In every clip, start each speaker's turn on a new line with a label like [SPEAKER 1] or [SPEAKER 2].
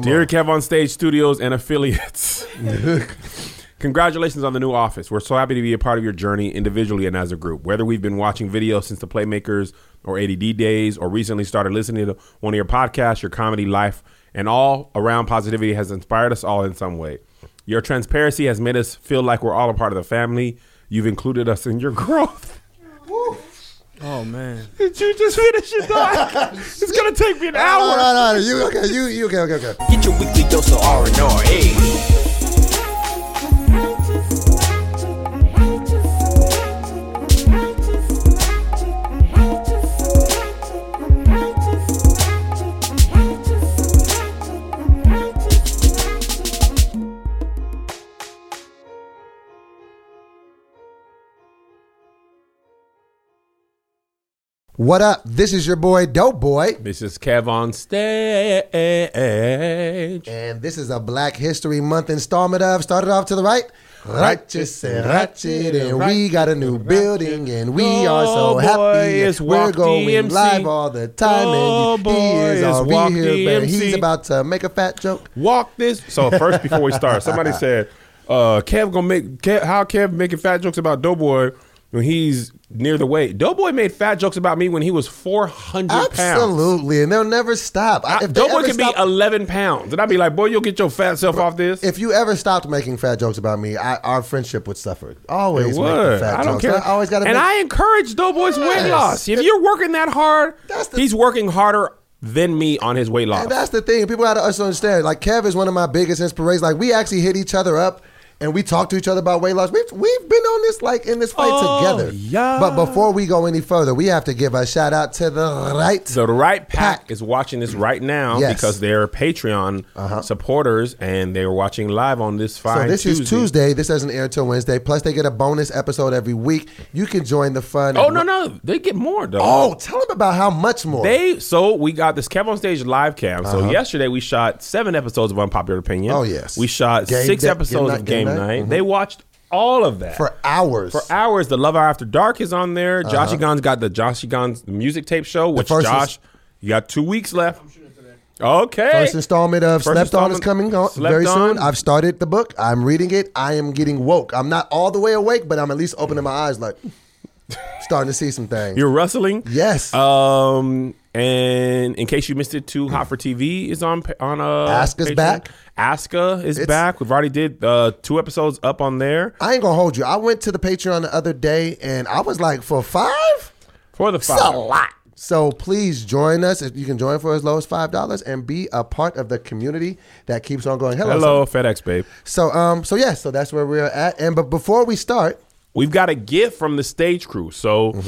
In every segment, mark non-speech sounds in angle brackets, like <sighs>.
[SPEAKER 1] Dear Kev on Stage Studios and affiliates. <laughs> Congratulations on the new office. We're so happy to be a part of your journey individually and as a group. Whether we've been watching videos since the Playmakers or ADD days or recently started listening to one of your podcasts, your comedy life, and all around positivity has inspired us all in some way. Your transparency has made us feel like we're all a part of the family. You've included us in your <laughs> growth.
[SPEAKER 2] Oh man.
[SPEAKER 1] Did you just finish it, dog? it's going to take me an hour.
[SPEAKER 3] No, no, no. You okay? You, you okay? Okay, okay.
[SPEAKER 4] Get your weekly dose of R and R. Hey,
[SPEAKER 3] What up? This is your boy, Dope Boy,
[SPEAKER 1] This is Kev on stage.
[SPEAKER 3] and this is a Black History Month installment of Started Off to the Right. Righteous and ratchet, and we got a new building, and we are so
[SPEAKER 1] Dope Boy
[SPEAKER 3] happy.
[SPEAKER 1] is
[SPEAKER 3] We're
[SPEAKER 1] Walk
[SPEAKER 3] going
[SPEAKER 1] DMC.
[SPEAKER 3] live all the time, and
[SPEAKER 1] Dope
[SPEAKER 3] he is
[SPEAKER 1] Boy is
[SPEAKER 3] all
[SPEAKER 1] Walk
[SPEAKER 3] we here, but he's
[SPEAKER 1] DMC.
[SPEAKER 3] about to make a fat joke.
[SPEAKER 1] Walk this. So first, before we start,
[SPEAKER 3] <laughs>
[SPEAKER 1] somebody said, uh, "Kev gonna make Kev, how Kev making fat jokes about Doughboy when he's near the weight." Doughboy made fat jokes about me when he was four hundred pounds.
[SPEAKER 3] Absolutely, and they'll never stop. I-
[SPEAKER 1] I,
[SPEAKER 3] if they
[SPEAKER 1] Doughboy
[SPEAKER 3] ever
[SPEAKER 1] can
[SPEAKER 3] stop,
[SPEAKER 1] be eleven pounds, and I'd be like, "Boy, you'll get your fat self off this."
[SPEAKER 3] if you ever stopped making fat jokes about me, I, our friendship would suffer. Always make the
[SPEAKER 1] Word.
[SPEAKER 3] fat
[SPEAKER 1] I don't
[SPEAKER 3] jokes.
[SPEAKER 1] care.
[SPEAKER 3] I always got to.
[SPEAKER 1] and I encourage Doughboy's weight loss. If you're working that hard,
[SPEAKER 3] That's the-
[SPEAKER 1] he's working harder than me on his weight loss.
[SPEAKER 3] And that's the thing. People gotta us understand. Like Kev is one of my biggest inspirations. Like we actually hit each other up and we talk to each other about weight loss. We've we've been on this like in this fight
[SPEAKER 1] Oh,
[SPEAKER 3] together.
[SPEAKER 1] yeah.
[SPEAKER 3] But before we go any further, we have to give a shout out to the right.
[SPEAKER 1] The right pack,
[SPEAKER 3] Pack.
[SPEAKER 1] is watching this right now
[SPEAKER 3] Yes. Uh-huh.
[SPEAKER 1] because they're Patreon supporters and they're watching live on this fine
[SPEAKER 3] so this
[SPEAKER 1] Tuesday.
[SPEAKER 3] is Tuesday. This doesn't air till Wednesday. Plus, they get a bonus episode every week. You can join the fun.
[SPEAKER 1] Oh no no, they get more though.
[SPEAKER 3] Oh, tell them about how much more.
[SPEAKER 1] They so we got this Kev on stage live cam. So yesterday we shot seven episodes of Unpopular Opinion.
[SPEAKER 3] Uh-huh. Oh, yes.
[SPEAKER 1] we shot
[SPEAKER 3] Game
[SPEAKER 1] six
[SPEAKER 3] Day- Game
[SPEAKER 1] episodes
[SPEAKER 3] Night-
[SPEAKER 1] of
[SPEAKER 3] Game
[SPEAKER 1] Game Night.
[SPEAKER 3] Night. Mhm.
[SPEAKER 1] They watched all of that
[SPEAKER 3] for hours.
[SPEAKER 1] For hours, the Love Hour After Dark is on there. Josh Egan's got the Josh Egan's music tape show, which
[SPEAKER 3] first
[SPEAKER 1] Josh,
[SPEAKER 3] is-
[SPEAKER 1] you got two weeks left. Okay.
[SPEAKER 3] First installment of
[SPEAKER 1] First
[SPEAKER 3] Slept On is
[SPEAKER 1] installment-
[SPEAKER 3] coming on
[SPEAKER 1] Slept
[SPEAKER 3] very
[SPEAKER 1] On.
[SPEAKER 3] soon. I've started the book. I'm reading it. I am getting woke. I'm not all the way awake, but I'm at least opening my eyes, like <laughs> starting to see some things.
[SPEAKER 1] You're wrestling.
[SPEAKER 3] yes.
[SPEAKER 1] Um, and in case you missed it, too, Hot for TV is on pa- on uh,
[SPEAKER 3] Aska's
[SPEAKER 1] Patreon.
[SPEAKER 3] back.
[SPEAKER 1] Aska is back. We've already did uh, two episodes up on there
[SPEAKER 3] I ain't gonna hold you. I went to the Patreon the other day, and I was like, for five,
[SPEAKER 1] for the
[SPEAKER 3] it's a
[SPEAKER 1] five.
[SPEAKER 3] lot. So please join us. If you can join for as low as five dollars, and be a part of the community that keeps on going. Hello.
[SPEAKER 1] Hello, FedEx babe.
[SPEAKER 3] So um. So yeah. So that's where we're at. And but before we start,
[SPEAKER 1] We've got a gift from the stage crew. So.
[SPEAKER 3] tell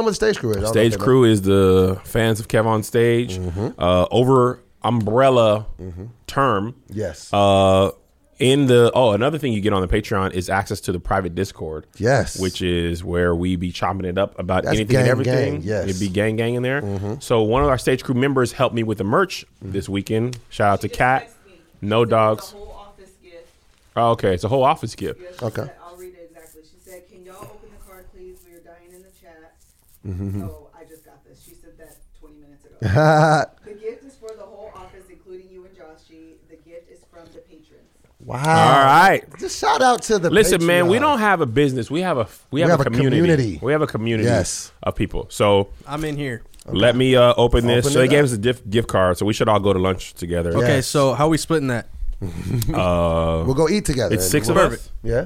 [SPEAKER 3] them what the stage crew is. I don't know if
[SPEAKER 1] Stage
[SPEAKER 3] they know.
[SPEAKER 1] crew is the fans of Kev on stage.
[SPEAKER 3] Mm-hmm.
[SPEAKER 1] Uh, over umbrella term.
[SPEAKER 3] Yes. <laughs>
[SPEAKER 1] Uh, in the oh, another thing you get on the Patreon is access to the private Discord.
[SPEAKER 3] Yes.
[SPEAKER 1] which is where we be chopping it up about
[SPEAKER 3] That's
[SPEAKER 1] anything and
[SPEAKER 3] gang,
[SPEAKER 1] everything.
[SPEAKER 3] gang, yes. Mm-hmm.
[SPEAKER 1] it'd be gang gang in there. So one of our stage crew members helped me with the merch this weekend. Shout out to Cat. No dogs.
[SPEAKER 5] whole office gift.
[SPEAKER 1] Oh, okay, it's a whole office gift.
[SPEAKER 5] Yeah, she
[SPEAKER 3] Okay.
[SPEAKER 5] said- I'll read it exactly. She said, "Can y'all open the card, please? We are dying in the chat." So I just got this. She said that 20 minutes ago. the gift is for the whole office, including you and Joshi. The gift is from the patrons.
[SPEAKER 3] Wow.
[SPEAKER 1] All right.
[SPEAKER 3] Just shout out to the.
[SPEAKER 1] Listen, man, we
[SPEAKER 3] Patreon.
[SPEAKER 1] don't have a business. We have a we have, a, community. We have a community
[SPEAKER 3] Yes.
[SPEAKER 1] of people. So
[SPEAKER 2] I'm in here.
[SPEAKER 1] let me uh, open this.
[SPEAKER 3] Open
[SPEAKER 1] so
[SPEAKER 3] it
[SPEAKER 1] they gave
[SPEAKER 3] up.
[SPEAKER 1] us a diff- gift card, so we should all go to lunch together.
[SPEAKER 2] Okay,
[SPEAKER 3] Yes.
[SPEAKER 2] so how we splitting that?
[SPEAKER 3] We'll go eat together.
[SPEAKER 1] It's
[SPEAKER 3] and
[SPEAKER 1] six
[SPEAKER 3] we'll-
[SPEAKER 1] of
[SPEAKER 2] Perfect.
[SPEAKER 1] us.
[SPEAKER 3] Yeah.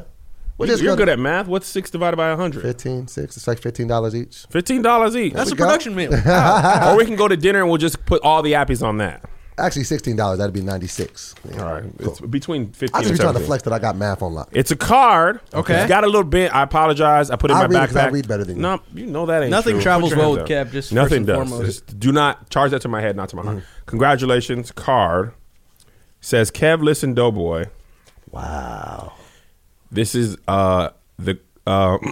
[SPEAKER 3] We'll
[SPEAKER 1] You-
[SPEAKER 3] just
[SPEAKER 1] You're
[SPEAKER 3] go
[SPEAKER 1] good
[SPEAKER 3] to
[SPEAKER 1] at math. What's six divided by a hundred?
[SPEAKER 3] 15, six. It's like fifteen dollars each.
[SPEAKER 1] Fifteen dollars each.
[SPEAKER 2] That's a
[SPEAKER 3] we go. Oh
[SPEAKER 2] production
[SPEAKER 3] <laughs>
[SPEAKER 2] meal.
[SPEAKER 1] or we can go to dinner and we'll just put all the appies on that.
[SPEAKER 3] Actually, sixteen dollars. That'd be ninety six.
[SPEAKER 1] All right. It's between fifteen.
[SPEAKER 3] I just
[SPEAKER 1] and
[SPEAKER 3] be trying to
[SPEAKER 1] 17.
[SPEAKER 3] flex that I got math on lock.
[SPEAKER 1] It's a card.
[SPEAKER 2] Okay.
[SPEAKER 1] It's got a little bent. I apologize. I put it in
[SPEAKER 3] I
[SPEAKER 1] my
[SPEAKER 3] read it 'cause I
[SPEAKER 1] backpack.
[SPEAKER 3] read better than you.
[SPEAKER 1] No, you know that ain't
[SPEAKER 2] Nothing
[SPEAKER 1] true.
[SPEAKER 2] travels
[SPEAKER 1] Put your
[SPEAKER 2] well
[SPEAKER 1] hands
[SPEAKER 2] with
[SPEAKER 1] up.
[SPEAKER 2] Kev, just
[SPEAKER 1] Nothing
[SPEAKER 2] first and
[SPEAKER 1] does.
[SPEAKER 2] foremost.
[SPEAKER 1] Just do not charge that to my head, not to my
[SPEAKER 3] Mm.
[SPEAKER 1] heart. Congratulations, card says Kev. Listen, Doughboy.
[SPEAKER 3] Wow.
[SPEAKER 1] This is uh the uh, <clears throat>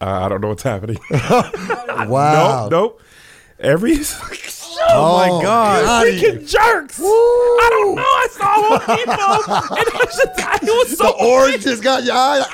[SPEAKER 1] I don't know what's happening.
[SPEAKER 3] Wow.
[SPEAKER 1] Nope, nope. Every <laughs>
[SPEAKER 3] Oh,
[SPEAKER 2] my God.
[SPEAKER 1] freaking jerks. I don't know. I saw one
[SPEAKER 3] <laughs>
[SPEAKER 1] people, and I was just, I was so
[SPEAKER 3] The orange just got your eye.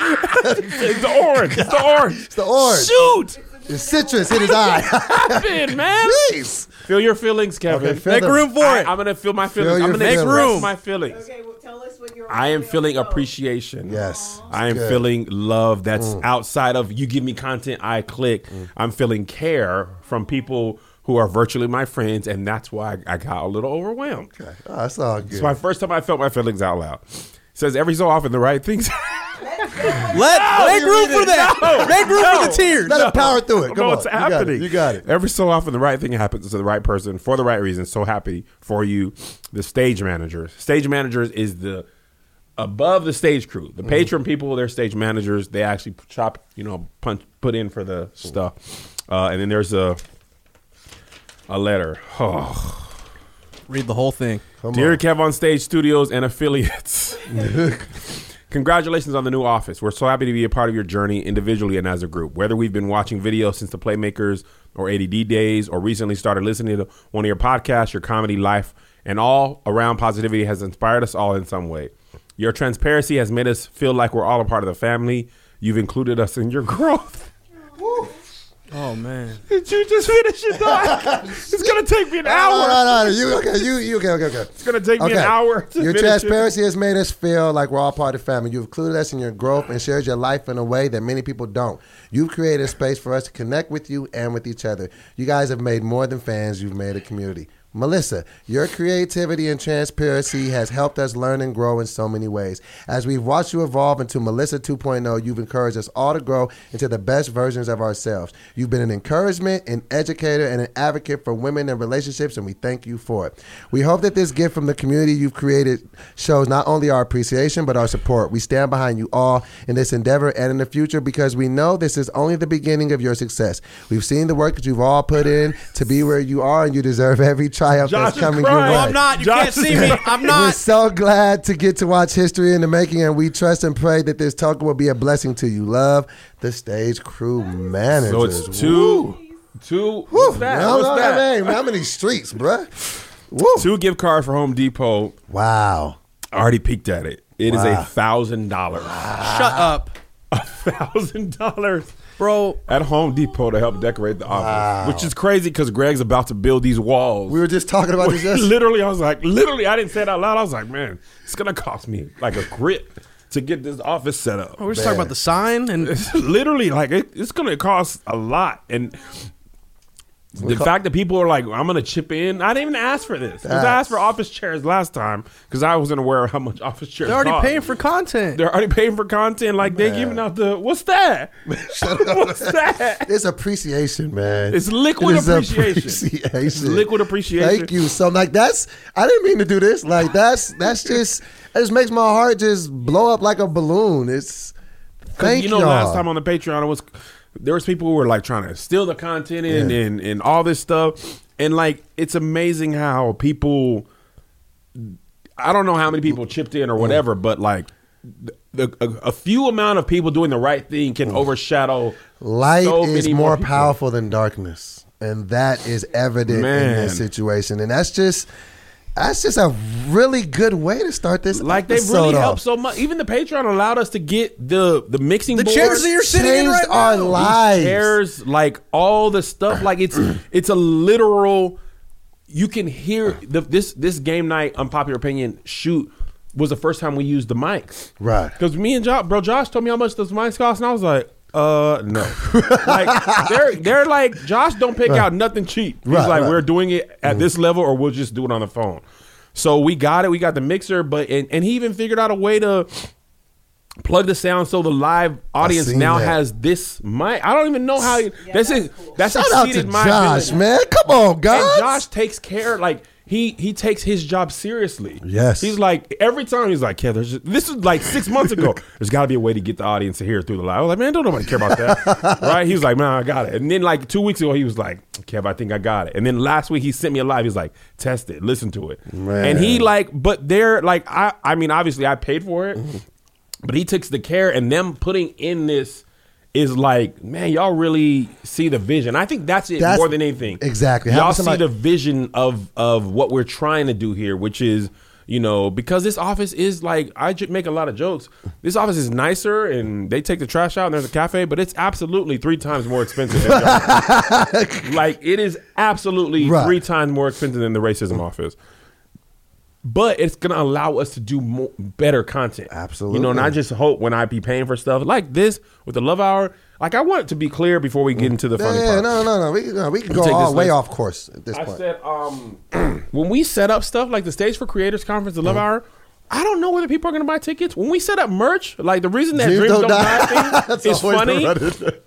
[SPEAKER 1] It's <laughs> the orange.
[SPEAKER 3] <laughs>
[SPEAKER 1] It's the orange.
[SPEAKER 3] the orange.
[SPEAKER 1] Shoot! <laughs>
[SPEAKER 3] It's citrus in his eye.
[SPEAKER 1] Happened, man.
[SPEAKER 3] Jeez.
[SPEAKER 1] Feel your feelings, Kevin.
[SPEAKER 3] Okay, feel <laughs> Make them.
[SPEAKER 2] room for
[SPEAKER 1] I-
[SPEAKER 2] it.
[SPEAKER 1] I'm gonna feel my feelings.
[SPEAKER 3] your
[SPEAKER 1] I'm gonna
[SPEAKER 3] feelings.
[SPEAKER 1] express
[SPEAKER 2] Make room.
[SPEAKER 1] my feelings.
[SPEAKER 5] Okay, well, tell us what you're.
[SPEAKER 1] I am feeling
[SPEAKER 5] felt.
[SPEAKER 1] appreciation.
[SPEAKER 3] Yes.
[SPEAKER 1] I am
[SPEAKER 3] Good. Mm.
[SPEAKER 1] feeling love that's outside of you give me content, I click. I'm feeling care from people who are virtually my friends, and that's why I, I got a little overwhelmed.
[SPEAKER 3] Okay. Oh, that's all good.
[SPEAKER 1] It's my first time I felt my feelings out loud. says every so often the right things. <laughs>
[SPEAKER 2] Let make room for that. Make room for the tears.
[SPEAKER 3] Let it power through it. Come
[SPEAKER 1] <laughs> no,
[SPEAKER 3] on.
[SPEAKER 1] it's
[SPEAKER 3] You got it.
[SPEAKER 1] happening.
[SPEAKER 3] You got it.
[SPEAKER 1] Every so often, the right thing happens to the right person for the right reason. So happy for you, the stage managers. Stage managers is the above the stage crew.
[SPEAKER 3] Mm-hmm.
[SPEAKER 1] The patron people, they're stage managers. They actually chop, you know, punch, put in for the stuff. Uh, and then there's a a letter. Oh.
[SPEAKER 2] Read the whole thing.
[SPEAKER 3] Come
[SPEAKER 1] Dear
[SPEAKER 3] on.
[SPEAKER 1] Kev on Stage Studios and
[SPEAKER 3] <laughs>
[SPEAKER 1] affiliates, <laughs> congratulations on the new office. We're so happy to be a part of your journey individually and as a group. Whether we've been watching videos since the Playmakers or ADD days or recently started listening to one of your podcasts, your comedy life, and all around positivity has inspired us all in some way. Your transparency has made us feel like we're all a part of the family. You've included us in your growth.
[SPEAKER 2] Oh man.
[SPEAKER 1] Did you just finish it,
[SPEAKER 3] <laughs>
[SPEAKER 1] dog? it's going to take me an
[SPEAKER 3] No,
[SPEAKER 1] hour.
[SPEAKER 3] no, no, no. You okay? You, you okay? Okay, okay.
[SPEAKER 1] It's going to take me an hour to
[SPEAKER 3] your
[SPEAKER 1] finish it.
[SPEAKER 3] transparency has made us feel like we're all part of the family. You've included us in your growth and shared your life in a way that many people don't. You've created a space for us to connect with you and with each other. You guys have made more than fans, you've made a community. Melissa, your creativity and transparency has helped us learn and grow in so many ways. As we've watched you evolve into Melissa 2.0, you've encouraged us all to grow into the best versions of ourselves. You've been an encouragement, an educator, and an advocate for women and relationships, and we thank you for it. We hope that this gift from the community you've created shows not only our appreciation, but our support. We stand behind you all in this endeavor and in the future because we know this is only the beginning of your success. We've seen the work that you've all put in to be where you are, and you deserve every triumph
[SPEAKER 1] Josh
[SPEAKER 3] that's
[SPEAKER 1] is
[SPEAKER 3] coming your way.
[SPEAKER 1] crying. Oh,
[SPEAKER 2] No, I'm not. You
[SPEAKER 1] Josh
[SPEAKER 2] can't
[SPEAKER 1] is
[SPEAKER 2] see me. I'm
[SPEAKER 3] We're
[SPEAKER 2] not.
[SPEAKER 3] so glad to get to watch history in the making, and we trust and pray that this token will be a blessing to you. Love the stage crew managers.
[SPEAKER 1] So it's two, two. What's that?
[SPEAKER 3] I don't
[SPEAKER 1] What's
[SPEAKER 3] know
[SPEAKER 1] that?
[SPEAKER 3] that name. How many streets, bruh? Woo.
[SPEAKER 1] Two gift cards for Home Depot.
[SPEAKER 3] Wow.
[SPEAKER 1] I already peeked at it. It is
[SPEAKER 3] Wow.
[SPEAKER 1] a thousand dollars.
[SPEAKER 2] <laughs> Shut up,
[SPEAKER 1] Thousand dollars
[SPEAKER 2] bro.
[SPEAKER 1] at Home Depot to help decorate the office, which is crazy because Greg's about to build these walls.
[SPEAKER 3] We were just talking
[SPEAKER 1] <laughs>
[SPEAKER 3] about this yesterday.
[SPEAKER 1] literally, I was like, literally, I didn't say it out loud. I was like, man, it's gonna cost me like a grip to get this office set up.
[SPEAKER 3] Oh,
[SPEAKER 2] We were just talking about the
[SPEAKER 3] <laughs>
[SPEAKER 2] sign and
[SPEAKER 1] It's <laughs> literally like it, it's gonna cost a lot and the fact that people are like i'm gonna chip in i didn't even ask for this 'Cause i asked for office chairs last time because i wasn't aware of how much office chairs
[SPEAKER 2] they're already
[SPEAKER 1] cost.
[SPEAKER 2] paying for content.
[SPEAKER 1] they're already paying for content like they're giving out the what's
[SPEAKER 2] <laughs>
[SPEAKER 1] that <laughs> what's that
[SPEAKER 3] It's appreciation, man.
[SPEAKER 1] It's liquid
[SPEAKER 3] It is
[SPEAKER 1] appreciation.
[SPEAKER 3] appreciation.
[SPEAKER 1] It's liquid appreciation.
[SPEAKER 3] Thank you. So like that's I didn't mean to do this. Like that's that's just it just makes my heart just blow up like a balloon. It's
[SPEAKER 1] 'Cause
[SPEAKER 3] thank
[SPEAKER 1] you know
[SPEAKER 3] all
[SPEAKER 1] last time on the patreon it was there was people who were like trying to steal the content in
[SPEAKER 3] Yeah.
[SPEAKER 1] and and all this stuff and like it's amazing how people i don't know how many people chipped in or whatever but like the, the- a, a few amount of people doing the right thing can overshadow
[SPEAKER 3] Light
[SPEAKER 1] so
[SPEAKER 3] is
[SPEAKER 1] many
[SPEAKER 3] more
[SPEAKER 1] people.
[SPEAKER 3] powerful than darkness, and that is evident in
[SPEAKER 1] Man.
[SPEAKER 3] this situation. And that's just that's just a really good way to start this.
[SPEAKER 1] like they
[SPEAKER 3] episode
[SPEAKER 1] really
[SPEAKER 3] off.
[SPEAKER 1] helped so much even the patreon allowed us to get the the mixing
[SPEAKER 2] The
[SPEAKER 1] board.
[SPEAKER 2] chairs that you're sitting in
[SPEAKER 3] Changed
[SPEAKER 2] right
[SPEAKER 3] our
[SPEAKER 2] now.
[SPEAKER 3] lives.
[SPEAKER 1] There's like all the stuff. Like
[SPEAKER 2] <clears throat>
[SPEAKER 1] it's it's a literal. You can hear the, this this game night unpopular opinion shoot was the first time we used the mics.
[SPEAKER 3] Right.
[SPEAKER 1] Because me and Josh, bro, Josh told me how much those mics cost, and I was like. Uh
[SPEAKER 3] <laughs>
[SPEAKER 1] no, like they're they're like Josh don't pick out nothing cheap. He's
[SPEAKER 3] Right,
[SPEAKER 1] like
[SPEAKER 3] right. Mm-hmm.
[SPEAKER 1] we're doing it at this level or we'll just do it on the phone. So we got it. We got the mixer, but and, and he even figured out a way to plug the sound so the live audience
[SPEAKER 3] seen
[SPEAKER 1] now
[SPEAKER 3] that.
[SPEAKER 1] has this mic. I don't even know how. you that's
[SPEAKER 5] that's
[SPEAKER 1] it. That's
[SPEAKER 3] Shout out to
[SPEAKER 1] exceeded my
[SPEAKER 3] Josh,
[SPEAKER 1] ability.
[SPEAKER 3] man. Come on, guys.
[SPEAKER 1] And Josh takes care like. He, he takes his job seriously.
[SPEAKER 3] Yes.
[SPEAKER 1] he's like every time he's like, "Yeah, there's this is like six months
[SPEAKER 3] <laughs>
[SPEAKER 1] ago. There's got to be a way to get the audience to hear it through the live." I was like, "Man, don't nobody care about that,
[SPEAKER 3] <laughs>
[SPEAKER 1] right?" He was like, "Man, I got it." And then like two weeks ago, he was like, "Kev, I think I got it." And then last week, he sent me a live. He's like, "Test it, listen to it,"
[SPEAKER 3] Man.
[SPEAKER 1] and he like, but they're like, I I mean, obviously, I paid for it,
[SPEAKER 3] Mm-hmm.
[SPEAKER 1] but he takes the care and them putting in this is like man y'all really see the vision i think that's it
[SPEAKER 3] That's-
[SPEAKER 1] more than anything
[SPEAKER 3] exactly. Having
[SPEAKER 1] y'all see
[SPEAKER 3] somebody-
[SPEAKER 1] the vision of of what we're trying to do here which is you know, because this office is like I ju- make a lot of jokes. This office is nicer, and they take the trash out, and there's a cafe, but it's absolutely three times more expensive. than
[SPEAKER 3] <laughs>
[SPEAKER 1] Johnson. like it is absolutely
[SPEAKER 3] Right.
[SPEAKER 1] three times more expensive than the racism office. But it's gonna allow us to do more, better content. you know. And I
[SPEAKER 3] Absolutely.
[SPEAKER 1] just hope when I be paying for stuff like this with the Love Hour, like I want it to be clear before we get into the funny
[SPEAKER 3] Yeah,
[SPEAKER 1] part.
[SPEAKER 3] no, no, no. We can, no, we can go
[SPEAKER 1] take
[SPEAKER 3] all
[SPEAKER 1] this
[SPEAKER 3] way
[SPEAKER 1] list.
[SPEAKER 3] off course at this
[SPEAKER 1] I
[SPEAKER 3] point.
[SPEAKER 1] said, um, <clears throat> when we set up stuff like the Stage for Creators Conference, the
[SPEAKER 3] Mm.
[SPEAKER 1] Love Hour, I don't know whether people are going to buy tickets. When we set up merch, like the reason that
[SPEAKER 3] Dreams
[SPEAKER 1] Dreams Don't,
[SPEAKER 3] Don't Die.
[SPEAKER 1] Die thing
[SPEAKER 3] <laughs> That's
[SPEAKER 1] is
[SPEAKER 3] always
[SPEAKER 1] funny.
[SPEAKER 3] the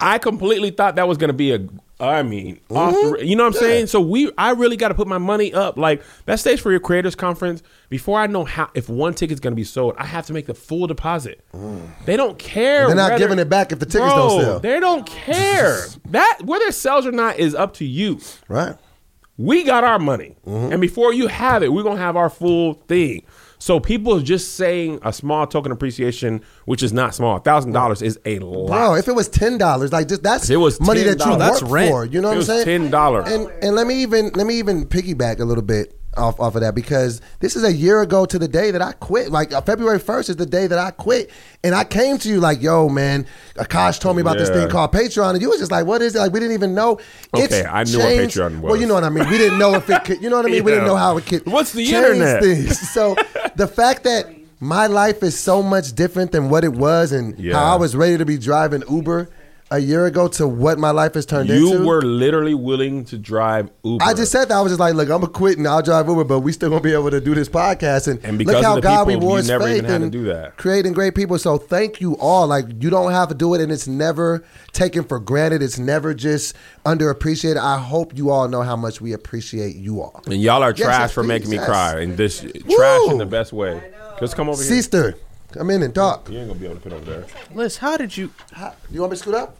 [SPEAKER 1] I completely thought that was going to be a. I mean, off the
[SPEAKER 3] Mm-hmm.
[SPEAKER 1] ra- you know what I'm saying. So we, I really got to put my money up. Like that stage for your creators conference. Before I know how if one ticket's going to be sold, I have to make the full deposit. They don't care.
[SPEAKER 3] Mm. They're not
[SPEAKER 1] whether-
[SPEAKER 3] giving it back if the tickets don't
[SPEAKER 1] Bro,
[SPEAKER 3] sell.
[SPEAKER 1] They don't
[SPEAKER 3] <laughs>
[SPEAKER 1] care that whether it sells or not is up to you.
[SPEAKER 3] Right.
[SPEAKER 1] We got our money.
[SPEAKER 3] Mm-hmm.
[SPEAKER 1] And before you have it, we're going to have our full thing. So people just saying a small token appreciation, which is not small. $1,000 is a lot.
[SPEAKER 3] Bro, if it was ten dollars, like just that's
[SPEAKER 1] It was
[SPEAKER 3] money that you
[SPEAKER 1] $10.
[SPEAKER 2] That's
[SPEAKER 3] worked
[SPEAKER 2] rent.
[SPEAKER 3] for. You know
[SPEAKER 1] It
[SPEAKER 3] what
[SPEAKER 1] was
[SPEAKER 3] I'm saying?
[SPEAKER 1] $10.
[SPEAKER 3] And and let me even let me even piggyback a little bit off off of that because this is a year ago to the day that I quit. Like uh, February first is the day that I quit, and I came to you like, "Yo, man, Akash told me about this
[SPEAKER 1] Yeah.
[SPEAKER 3] thing called Patreon," and you was just like, "What is it?" Like we didn't even know.
[SPEAKER 1] Okay, I knew what Patreon was.
[SPEAKER 3] Well, you know what I mean. We didn't know if it could. You know what I mean? We didn't
[SPEAKER 1] Yeah.
[SPEAKER 3] know how it could.
[SPEAKER 1] What's the
[SPEAKER 3] change
[SPEAKER 1] internet?
[SPEAKER 3] Things. <laughs> So the fact that. My life is so much different than what it was, and
[SPEAKER 1] Yeah.
[SPEAKER 3] how I was ready to be driving Uber a year ago to what my life has turned into.
[SPEAKER 1] You were literally willing to drive Uber.
[SPEAKER 3] I just said that I was just like, look, I'm gonna quit and I'll drive Uber, but we still gonna be able to do this podcast. And,
[SPEAKER 1] And because
[SPEAKER 3] look
[SPEAKER 1] of
[SPEAKER 3] how
[SPEAKER 1] the
[SPEAKER 3] God
[SPEAKER 1] people, you
[SPEAKER 3] rewards
[SPEAKER 1] never
[SPEAKER 3] faith
[SPEAKER 1] even had to
[SPEAKER 3] and
[SPEAKER 1] do that.
[SPEAKER 3] creating great people. So thank you all. Like you don't have to do it, and it's never taken for granted. It's never just underappreciated. I hope you all know how much we appreciate you all,
[SPEAKER 1] And y'all are
[SPEAKER 3] Yes,
[SPEAKER 1] trash
[SPEAKER 3] yes,
[SPEAKER 1] for making me
[SPEAKER 3] yes.
[SPEAKER 1] cry. And this trash in the best way. Just come over here.
[SPEAKER 3] sister. Come in and talk.
[SPEAKER 1] You ain't gonna be able to put over there.
[SPEAKER 2] Liz, how did you?
[SPEAKER 3] Hi. You want me to scoot up?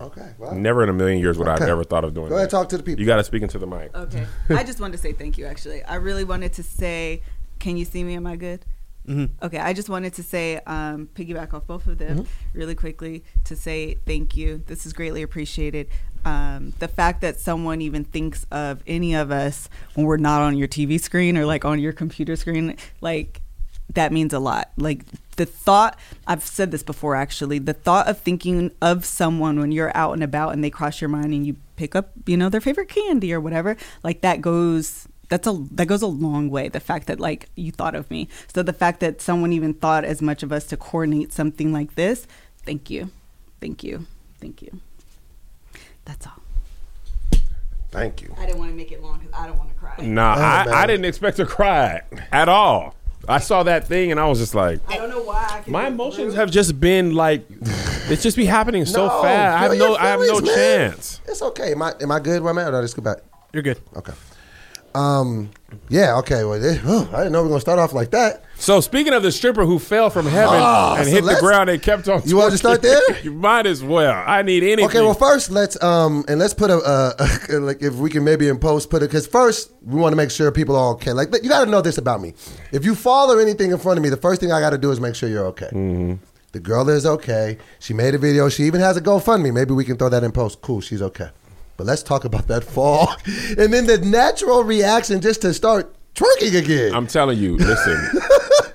[SPEAKER 3] Okay. Well,
[SPEAKER 1] Never in a million years would I have
[SPEAKER 3] Okay.
[SPEAKER 1] ever thought of doing.
[SPEAKER 3] Go ahead,
[SPEAKER 1] that.
[SPEAKER 3] talk to the people.
[SPEAKER 1] You got to speak into the mic.
[SPEAKER 5] Okay. I just wanted to say thank you, actually. I really wanted to say, can you see me? Am I good? Mm-hmm. Okay. I just wanted to say, um, piggyback off both of them really quickly to say thank you. This is greatly appreciated. Um, the fact that someone even thinks of any of us when we're not on your TV screen or like on your computer screen, like, that means a lot. Like the thought, I've said this before actually, the thought of thinking of someone when you're out and about and they cross your mind and you pick up, you know, their favorite candy or whatever, like that goes that's a that goes a long way the fact that like you thought of me. So the fact that someone even thought as much of us to coordinate something like this, thank you. Thank you. Thank you. That's all.
[SPEAKER 3] Thank you.
[SPEAKER 5] I didn't want to make it long cuz I don't want to cry.
[SPEAKER 1] Nah,
[SPEAKER 3] Oh, man.
[SPEAKER 1] I, I didn't expect to cry at all. I saw that thing and I was just like,
[SPEAKER 5] I don't know why I could
[SPEAKER 1] my emotions have just been
[SPEAKER 3] <laughs>
[SPEAKER 1] like, it's just be happening so
[SPEAKER 3] No,
[SPEAKER 1] fast. I have
[SPEAKER 3] feel
[SPEAKER 1] no,
[SPEAKER 3] your
[SPEAKER 1] I have no
[SPEAKER 3] feelings, man.
[SPEAKER 1] chance.
[SPEAKER 3] It's okay. Am I am I good where I'm at? Or did I just go back?
[SPEAKER 2] You're good.
[SPEAKER 3] Okay. Um. Yeah. Okay. Well, this, oh, I didn't know we were gonna start off like that.
[SPEAKER 1] So speaking of the stripper who fell from heaven
[SPEAKER 3] Ah,
[SPEAKER 1] and
[SPEAKER 3] so
[SPEAKER 1] hit the
[SPEAKER 3] let's-
[SPEAKER 1] ground and kept on,
[SPEAKER 3] You want to
[SPEAKER 1] twerking,
[SPEAKER 3] start there?
[SPEAKER 1] <laughs> you might as well. I need anything.
[SPEAKER 3] Okay. Well, first let's um and let's put a, <laughs> uh like if we can maybe in post put it because first we want to make sure people are okay. Like you got to know this about me. If you fall or anything in front of me, the first thing I got to do is make sure you're okay.
[SPEAKER 1] Mm-hmm.
[SPEAKER 3] The girl is okay. She made a video. She even has a GoFundMe. Maybe we can throw that in post. Cool. She's okay. But let's talk about that fall <laughs> and then the natural reaction just to start twerking again.
[SPEAKER 1] I'm telling you,
[SPEAKER 3] <laughs>
[SPEAKER 1] listen.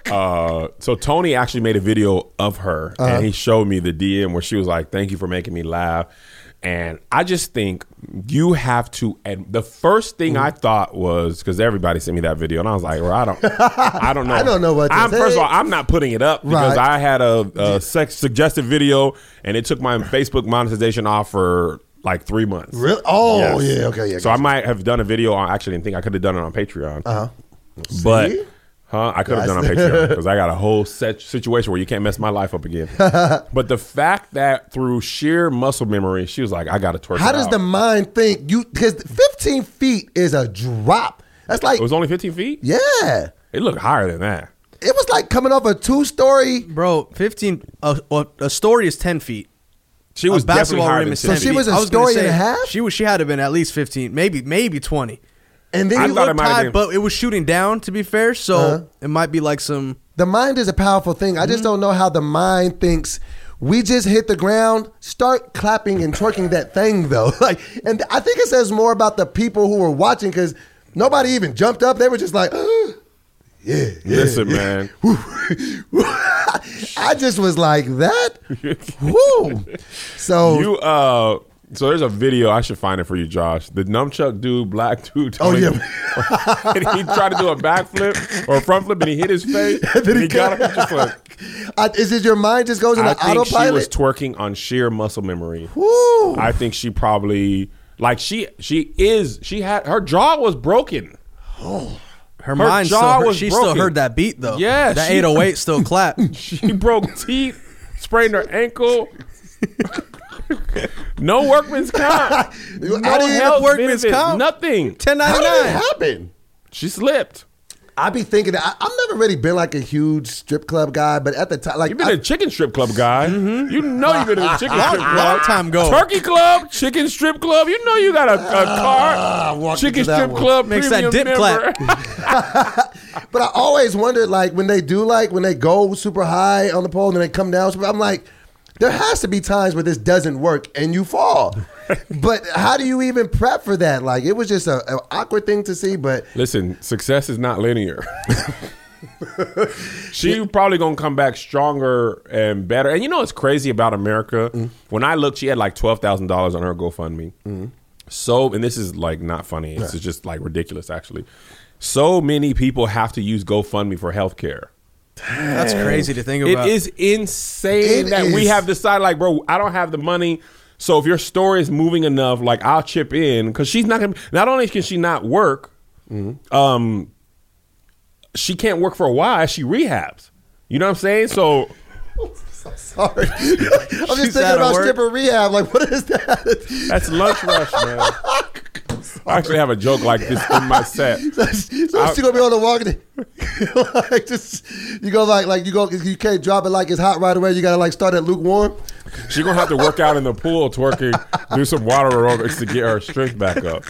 [SPEAKER 1] uh, so Tony actually made a video of her,
[SPEAKER 3] Uh-huh.
[SPEAKER 1] and he showed me the DM where she was like, "Thank you for making me laugh." And I just think you have to. And the first thing
[SPEAKER 3] Mm-hmm.
[SPEAKER 1] I thought was because everybody sent me that video, and I was like, "Well, I don't, I
[SPEAKER 3] <laughs>
[SPEAKER 1] don't know,
[SPEAKER 3] I don't know what to
[SPEAKER 1] I'm, First
[SPEAKER 3] say.
[SPEAKER 1] of all, I'm not putting it up because
[SPEAKER 3] Right.
[SPEAKER 1] I had a, a sex suggested video, and it took my Facebook monetization off for like three months.
[SPEAKER 3] Really? Oh,
[SPEAKER 1] Yes.
[SPEAKER 3] yeah. Okay. Yeah.
[SPEAKER 1] So I
[SPEAKER 3] gotcha. Uh-huh.
[SPEAKER 1] might have done a video on. Actually, didn't think I could have done it on Patreon. Uh huh. But huh, I could have done it on Patreon because I got a
[SPEAKER 3] <laughs>
[SPEAKER 1] whole set situation where you can't mess my life up again. but the fact that through sheer muscle memory, she was like, "I got to twerk."
[SPEAKER 3] How
[SPEAKER 1] it
[SPEAKER 3] does
[SPEAKER 1] out.
[SPEAKER 3] the mind think you? Because 15 feet is a drop. That's like,
[SPEAKER 1] It was only 15 feet.
[SPEAKER 3] yeah.
[SPEAKER 1] It looked higher than that.
[SPEAKER 3] It was like coming off a two story.
[SPEAKER 2] Bro, 15, a, a- a story is 10 feet.
[SPEAKER 1] She was
[SPEAKER 2] a
[SPEAKER 1] definitely
[SPEAKER 2] basketball
[SPEAKER 1] higher
[SPEAKER 2] rim
[SPEAKER 1] than
[SPEAKER 2] is
[SPEAKER 1] 10
[SPEAKER 2] 10
[SPEAKER 1] feet.
[SPEAKER 3] So she was a
[SPEAKER 2] I gonna
[SPEAKER 3] story and
[SPEAKER 2] say,
[SPEAKER 3] a half?
[SPEAKER 2] She, was, she had to have been at least 15, maybe maybe 20.
[SPEAKER 3] And
[SPEAKER 1] I
[SPEAKER 3] then
[SPEAKER 2] It
[SPEAKER 1] thought
[SPEAKER 3] you look,
[SPEAKER 1] it
[SPEAKER 2] looked
[SPEAKER 1] might have
[SPEAKER 2] high,
[SPEAKER 1] been-
[SPEAKER 2] but it was shooting down, to be fair, so
[SPEAKER 3] Uh-huh.
[SPEAKER 2] it might be like some.
[SPEAKER 3] the mind is a powerful thing. I
[SPEAKER 1] Mm-hmm.
[SPEAKER 3] just don't know how the mind thinks. We just hit the ground. Start <laughs> clapping and twerking that thing though. Like, and I think it says more about the people who were watching because Nobody even jumped up. They were just like, <gasps> yeah.
[SPEAKER 1] Listen, man.
[SPEAKER 3] <laughs> I just was like that.
[SPEAKER 1] <laughs>
[SPEAKER 3] Woo. So
[SPEAKER 1] You uh so there's a video I should find it for you, Josh. The nunchuck dude, black <laughs> dude.
[SPEAKER 3] Oh, yeah.
[SPEAKER 1] and he tried to <laughs> do a backflip or a front flip, and he hit his face. and
[SPEAKER 3] <laughs> Then
[SPEAKER 1] he,
[SPEAKER 3] he
[SPEAKER 1] got up
[SPEAKER 3] cut.
[SPEAKER 1] and just like.
[SPEAKER 3] I, is it your mind just goes into
[SPEAKER 1] I think she was
[SPEAKER 3] autopilot?
[SPEAKER 1] twerking on sheer muscle memory.
[SPEAKER 3] Woo.
[SPEAKER 1] I think she probably like she she is she had her jaw was broken. <laughs>
[SPEAKER 2] Her, mind still
[SPEAKER 1] jaw
[SPEAKER 2] hurt-
[SPEAKER 1] was
[SPEAKER 2] She
[SPEAKER 1] broken.
[SPEAKER 2] still heard that beat though.
[SPEAKER 1] Yeah,
[SPEAKER 2] that
[SPEAKER 1] she- <laughs>
[SPEAKER 2] 808 still clapped.
[SPEAKER 1] She
[SPEAKER 2] <laughs>
[SPEAKER 1] broke teeth, sprained her ankle. <laughs> no workman's
[SPEAKER 2] <laughs>
[SPEAKER 1] comp. No
[SPEAKER 3] How do you
[SPEAKER 1] health
[SPEAKER 2] workman's
[SPEAKER 1] benefits,
[SPEAKER 2] comp?
[SPEAKER 1] Nothing.
[SPEAKER 3] How did it
[SPEAKER 2] 1099.
[SPEAKER 3] happen?
[SPEAKER 1] She slipped.
[SPEAKER 3] I be thinking that I, I've never really been like a huge strip club guy, but at the time, like
[SPEAKER 1] You've been
[SPEAKER 3] I-
[SPEAKER 1] a chicken strip club guy. You know you've been
[SPEAKER 2] <laughs>
[SPEAKER 1] a chicken strip club.
[SPEAKER 2] Mm-hmm. long time ago.
[SPEAKER 1] Turkey club, chicken strip club. You know you got a, a car.
[SPEAKER 2] Ah,
[SPEAKER 3] walked
[SPEAKER 1] Chicken
[SPEAKER 3] into that
[SPEAKER 1] strip
[SPEAKER 3] one.
[SPEAKER 1] club
[SPEAKER 2] Makes that
[SPEAKER 1] premium
[SPEAKER 2] dip
[SPEAKER 1] member.
[SPEAKER 3] <laughs> but I always wondered like when they do like when they go super high on the pole and then they come down. Super, I'm like, there has to be times where this doesn't work and you
[SPEAKER 2] <laughs>
[SPEAKER 3] fall. but how do you even prep for that? Like it was just a, an awkward thing to see, but
[SPEAKER 1] Listen, success is not linear. <laughs> she probably gonna come back stronger and better. And you know what's crazy about America? When I looked, she had like twelve thousand dollars on her GoFundMe. So, and this is like not funny. This is just like ridiculous, actually. So many people have to use GoFundMe for healthcare.
[SPEAKER 2] That's crazy to think
[SPEAKER 1] It
[SPEAKER 2] about.
[SPEAKER 1] is insane
[SPEAKER 3] It
[SPEAKER 1] that we
[SPEAKER 3] is.
[SPEAKER 1] have decided, like, bro, I don't have the money. So if your store is moving enough, like, I'll chip in because she's not gonna. Not only can she not work, um, she can't work for a while. She rehabs. You know what I'm saying? So
[SPEAKER 3] sorry. I'm just thinking
[SPEAKER 2] out of
[SPEAKER 3] about
[SPEAKER 2] work.
[SPEAKER 3] stripper rehab. Like what is that? <laughs>
[SPEAKER 1] that's lunch rush, man. I actually have a joke like this in my set.
[SPEAKER 3] so she gonna be on the walk. <laughs> like just you go like like you go you can't drop it like it's hot right away. You gotta like start at lukewarm.
[SPEAKER 1] She gonna have to work out in the pool, twerking, do some water aerobics to get her strength back up.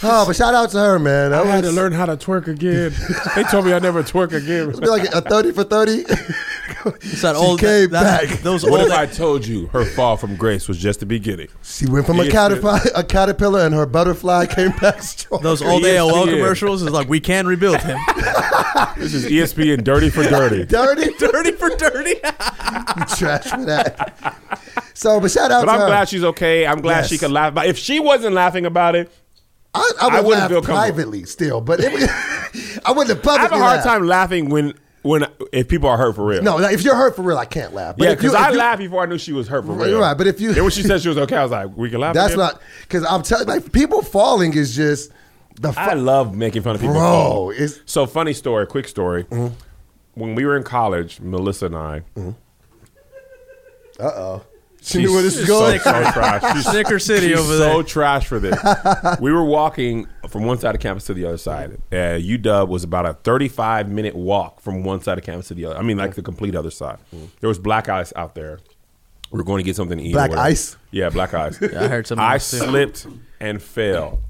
[SPEAKER 3] Oh, but shout out to her, man. That
[SPEAKER 1] I had to
[SPEAKER 3] was-
[SPEAKER 1] learn how to twerk again. They told me I never twerk again.
[SPEAKER 3] Be like a thirty for thirty.
[SPEAKER 2] It's that
[SPEAKER 3] She
[SPEAKER 2] old.
[SPEAKER 3] came
[SPEAKER 2] that-
[SPEAKER 3] back.
[SPEAKER 2] Those
[SPEAKER 1] What
[SPEAKER 2] old.
[SPEAKER 1] if I told you her fall from grace was just the beginning?
[SPEAKER 3] <laughs> She went from a
[SPEAKER 1] Yes,
[SPEAKER 3] caterpillar, a caterpillar, and her butterfly came back <laughs> strong.
[SPEAKER 2] Those old
[SPEAKER 1] Yes,
[SPEAKER 2] AOL
[SPEAKER 1] yeah.
[SPEAKER 2] commercials is like we can rebuild
[SPEAKER 1] <laughs>
[SPEAKER 2] him.
[SPEAKER 1] This is E ESPN Dirty for Dirty.
[SPEAKER 3] <laughs>
[SPEAKER 1] <laughs>
[SPEAKER 3] dirty
[SPEAKER 2] dirty for dirty.
[SPEAKER 3] trash for that. So, but shout out
[SPEAKER 1] But
[SPEAKER 3] to
[SPEAKER 1] I'm
[SPEAKER 3] her.
[SPEAKER 1] glad she's okay. I'm glad
[SPEAKER 3] Yes.
[SPEAKER 1] she could laugh. But if she wasn't laughing about it,
[SPEAKER 3] I, I, would
[SPEAKER 1] I wouldn't
[SPEAKER 3] laugh
[SPEAKER 1] feel comfortable.
[SPEAKER 3] privately still, but it, <laughs> I wouldn't have publicly.
[SPEAKER 1] I have a hard
[SPEAKER 3] laughed.
[SPEAKER 1] time laughing when when if people are hurt for real.
[SPEAKER 3] No, like, if you're hurt for real, I can't laugh. But
[SPEAKER 1] yeah,
[SPEAKER 3] if you-
[SPEAKER 1] because I
[SPEAKER 3] if you-
[SPEAKER 1] laughed before I knew she was hurt for
[SPEAKER 3] Right,
[SPEAKER 1] real.
[SPEAKER 3] right, but if you-
[SPEAKER 1] and when she said she was okay, I was like, we can laugh.
[SPEAKER 3] That's
[SPEAKER 1] again?
[SPEAKER 3] not because I'm telling like people falling is just the
[SPEAKER 1] I
[SPEAKER 3] fu-
[SPEAKER 1] love making fun of people.
[SPEAKER 3] bro. It's
[SPEAKER 1] So funny story, quick story.
[SPEAKER 3] Mm-hmm.
[SPEAKER 1] When we were in college, Melissa and I,
[SPEAKER 3] she Mm-hmm. knew where this
[SPEAKER 1] she's
[SPEAKER 3] is going.
[SPEAKER 1] So, so
[SPEAKER 2] <laughs>
[SPEAKER 1] trash. She's
[SPEAKER 2] Snicker City
[SPEAKER 1] She's
[SPEAKER 2] over
[SPEAKER 1] so
[SPEAKER 2] there.
[SPEAKER 1] trash for
[SPEAKER 3] <laughs>
[SPEAKER 1] this. we were walking from one side of campus to the other side. Uh, UW was about a 35 minute walk from one side of campus to the other. I mean, like the complete other side.
[SPEAKER 3] Mm-hmm.
[SPEAKER 1] There was black ice out there. We were going to get something to eat. or
[SPEAKER 3] Black
[SPEAKER 1] whatever.
[SPEAKER 3] ice?
[SPEAKER 1] Yeah, black
[SPEAKER 2] <laughs>
[SPEAKER 1] ice.
[SPEAKER 2] I heard something
[SPEAKER 1] I
[SPEAKER 2] else, too.
[SPEAKER 1] slipped and fell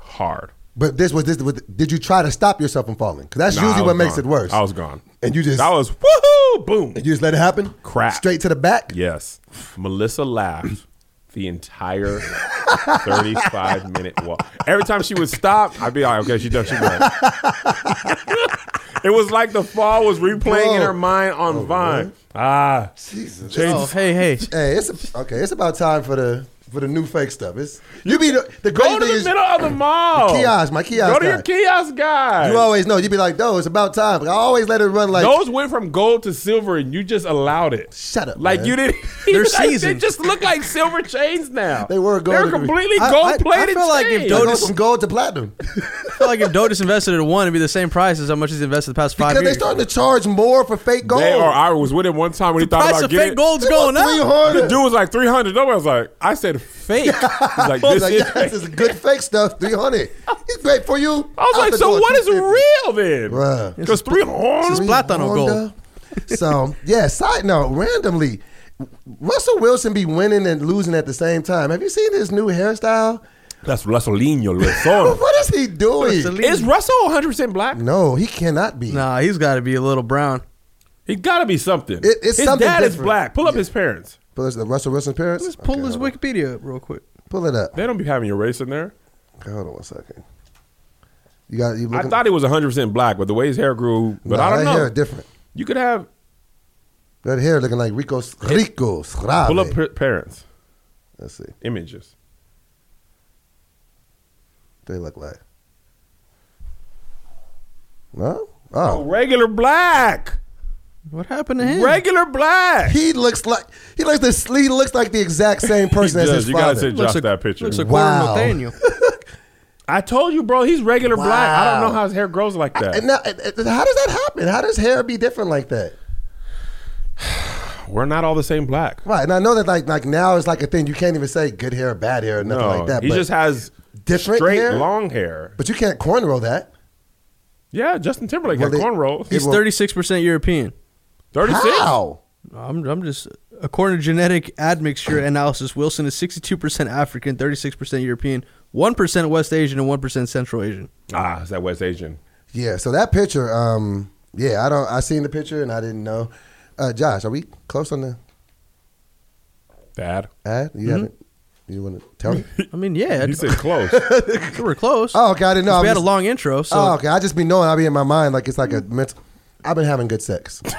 [SPEAKER 1] hard.
[SPEAKER 3] But this was this. Was, did you try to stop yourself from falling? Because that's
[SPEAKER 1] Nah, I
[SPEAKER 3] usually
[SPEAKER 1] was
[SPEAKER 3] what makes
[SPEAKER 1] gone.
[SPEAKER 3] it worse.
[SPEAKER 1] I was gone.
[SPEAKER 3] And you just-
[SPEAKER 1] I was woohoo, boom.
[SPEAKER 3] You just let it happen.
[SPEAKER 1] Crap.
[SPEAKER 3] Straight to the back.
[SPEAKER 1] Yes. Melissa laughed the
[SPEAKER 3] <laughs>
[SPEAKER 1] entire 35 minute walk. Every time she would stop, I'd be like, okay, she done, she
[SPEAKER 3] <laughs>
[SPEAKER 1] done. it was like the fall was replaying in
[SPEAKER 3] Whoa. Oh,
[SPEAKER 1] her mind on Vine. Ah, Jesus.
[SPEAKER 2] Oh, hey, hey.
[SPEAKER 3] Hey, it's okay. It's about time for the for the new fake stuff. It's you be the, the
[SPEAKER 1] Go
[SPEAKER 3] great
[SPEAKER 1] to
[SPEAKER 3] thing
[SPEAKER 1] the
[SPEAKER 3] is
[SPEAKER 1] middle of the mall.
[SPEAKER 3] kiosk, my kiosk
[SPEAKER 1] Go to
[SPEAKER 3] guy.
[SPEAKER 1] your kiosk guy.
[SPEAKER 3] you always know. You be like, "No, it's about time." But I always let it run like
[SPEAKER 1] Those went from gold to silver, and you just allowed it.
[SPEAKER 3] Shut up,
[SPEAKER 1] Like
[SPEAKER 3] man.
[SPEAKER 1] you didn't.
[SPEAKER 2] They're
[SPEAKER 1] like, They
[SPEAKER 2] seasoned.
[SPEAKER 1] just look like silver chains now.
[SPEAKER 3] They were gold
[SPEAKER 1] They're
[SPEAKER 3] at the-
[SPEAKER 1] completely
[SPEAKER 2] I- I-
[SPEAKER 1] gold
[SPEAKER 2] I
[SPEAKER 1] plated.
[SPEAKER 2] feel like if
[SPEAKER 1] chains.
[SPEAKER 3] It
[SPEAKER 2] Dodo-
[SPEAKER 3] goes from gold to platinum <laughs>
[SPEAKER 2] I feel like if Dotus invested in one, it'd be the same price as how much he's invested the past five
[SPEAKER 3] because they
[SPEAKER 2] years.
[SPEAKER 3] starting to charge more for fake gold.
[SPEAKER 1] They are. I was with him one time when he thought
[SPEAKER 2] price
[SPEAKER 1] about
[SPEAKER 2] of
[SPEAKER 1] getting.
[SPEAKER 2] fake gold's going
[SPEAKER 3] Three
[SPEAKER 2] up.
[SPEAKER 1] The
[SPEAKER 3] hundred.
[SPEAKER 1] dude was like three hundred. Nobody was like. I said
[SPEAKER 3] <laughs>
[SPEAKER 1] fake. He's like
[SPEAKER 3] He's
[SPEAKER 1] this
[SPEAKER 3] like,
[SPEAKER 1] is.
[SPEAKER 3] yes,
[SPEAKER 1] fake."
[SPEAKER 3] this is good fake stuff.
[SPEAKER 1] <laughs>
[SPEAKER 3] Three hundred. It's great for you.
[SPEAKER 1] I was like, so what is real then?
[SPEAKER 3] Bruh.
[SPEAKER 1] Because three hundred.
[SPEAKER 2] Platinum gold.
[SPEAKER 3] so yeah. Side note: randomly, Russell Wilson be winning and losing at the same time. Have you seen his new hairstyle?
[SPEAKER 1] That's Russellino Lozano.
[SPEAKER 3] What is he doing?
[SPEAKER 1] <laughs> Is Russell one hundred percent black?
[SPEAKER 3] No, he cannot be.
[SPEAKER 2] Nah, he's got to be a little brown.
[SPEAKER 1] He got to be something.
[SPEAKER 3] It- it's
[SPEAKER 1] his
[SPEAKER 3] something
[SPEAKER 1] dad is
[SPEAKER 3] different.
[SPEAKER 1] black. Pull up his parents.
[SPEAKER 3] But it's the Russell Wilson's parents.
[SPEAKER 2] Let's pull
[SPEAKER 3] Okay,
[SPEAKER 2] his
[SPEAKER 3] hold on.
[SPEAKER 2] Wikipedia up real quick.
[SPEAKER 3] Pull it up.
[SPEAKER 1] They don't be having your race in there.
[SPEAKER 3] Okay, hold on one second. You got you.
[SPEAKER 1] I
[SPEAKER 3] Looking,
[SPEAKER 1] thought he was 100% black, but the way his hair grew, but
[SPEAKER 3] Nah,
[SPEAKER 1] I don't
[SPEAKER 3] that
[SPEAKER 1] know.
[SPEAKER 3] Hair different.
[SPEAKER 1] You could have
[SPEAKER 3] That hair looking like Rico Rico
[SPEAKER 1] pull up
[SPEAKER 3] Scrave.
[SPEAKER 1] pa- parents
[SPEAKER 3] Let's see.
[SPEAKER 1] images.
[SPEAKER 3] They look like. No.
[SPEAKER 1] Oh,
[SPEAKER 3] Oh.
[SPEAKER 1] regular black.
[SPEAKER 2] What happened to him?
[SPEAKER 1] Regular black.
[SPEAKER 3] He looks like he looks this he looks like the
[SPEAKER 1] <laughs>
[SPEAKER 3] exact same person as
[SPEAKER 1] does.
[SPEAKER 3] his
[SPEAKER 1] You gotta
[SPEAKER 3] father.
[SPEAKER 1] say- Josh, that picture.
[SPEAKER 2] Looks like
[SPEAKER 3] Wow. <laughs>
[SPEAKER 2] wow. Nathaniel.
[SPEAKER 1] I told you, bro. He's regular black. I don't
[SPEAKER 3] Wow.
[SPEAKER 1] know how his hair grows like that.
[SPEAKER 3] And now, and- and how does that happen? How does hair be different like that?
[SPEAKER 1] We're not all the same black.
[SPEAKER 3] Right, and I know that like like now it's like a thing. You can't even say good hair, bad hair, or nothing
[SPEAKER 1] No,
[SPEAKER 3] like that.
[SPEAKER 1] he
[SPEAKER 3] but,
[SPEAKER 1] just has
[SPEAKER 3] different
[SPEAKER 1] straight
[SPEAKER 3] hair?
[SPEAKER 1] long hair.
[SPEAKER 3] but you can't cornrow that.
[SPEAKER 1] Yeah, Justin Timberlake
[SPEAKER 3] Well,
[SPEAKER 1] had
[SPEAKER 3] they-
[SPEAKER 1] cornrows.
[SPEAKER 2] He's thirty six percent European.
[SPEAKER 1] Thirty six.
[SPEAKER 3] How?
[SPEAKER 2] I'm, I'm just according to genetic admixture analysis, Wilson is 62% African, 36% European, 1% West Asian, and 1% Central Asian.
[SPEAKER 1] Ah, is that West Asian?
[SPEAKER 3] Yeah. So that picture, um, yeah, I don't. I seen the picture and I didn't know. Uh, Josh, are we close on the
[SPEAKER 1] Dad.
[SPEAKER 3] ad?
[SPEAKER 1] Mm-hmm.
[SPEAKER 3] You haven't. You want to
[SPEAKER 1] <laughs>
[SPEAKER 3] tell me?
[SPEAKER 2] I mean, yeah,
[SPEAKER 1] You
[SPEAKER 3] <laughs>
[SPEAKER 1] said close.
[SPEAKER 2] we were close.
[SPEAKER 3] Oh, okay. I didn't know. I'm
[SPEAKER 2] we had a
[SPEAKER 3] just-
[SPEAKER 2] long intro, so
[SPEAKER 3] oh, okay. I just be knowing. I be in my mind like it's like a mental. I've been having good sex. <laughs>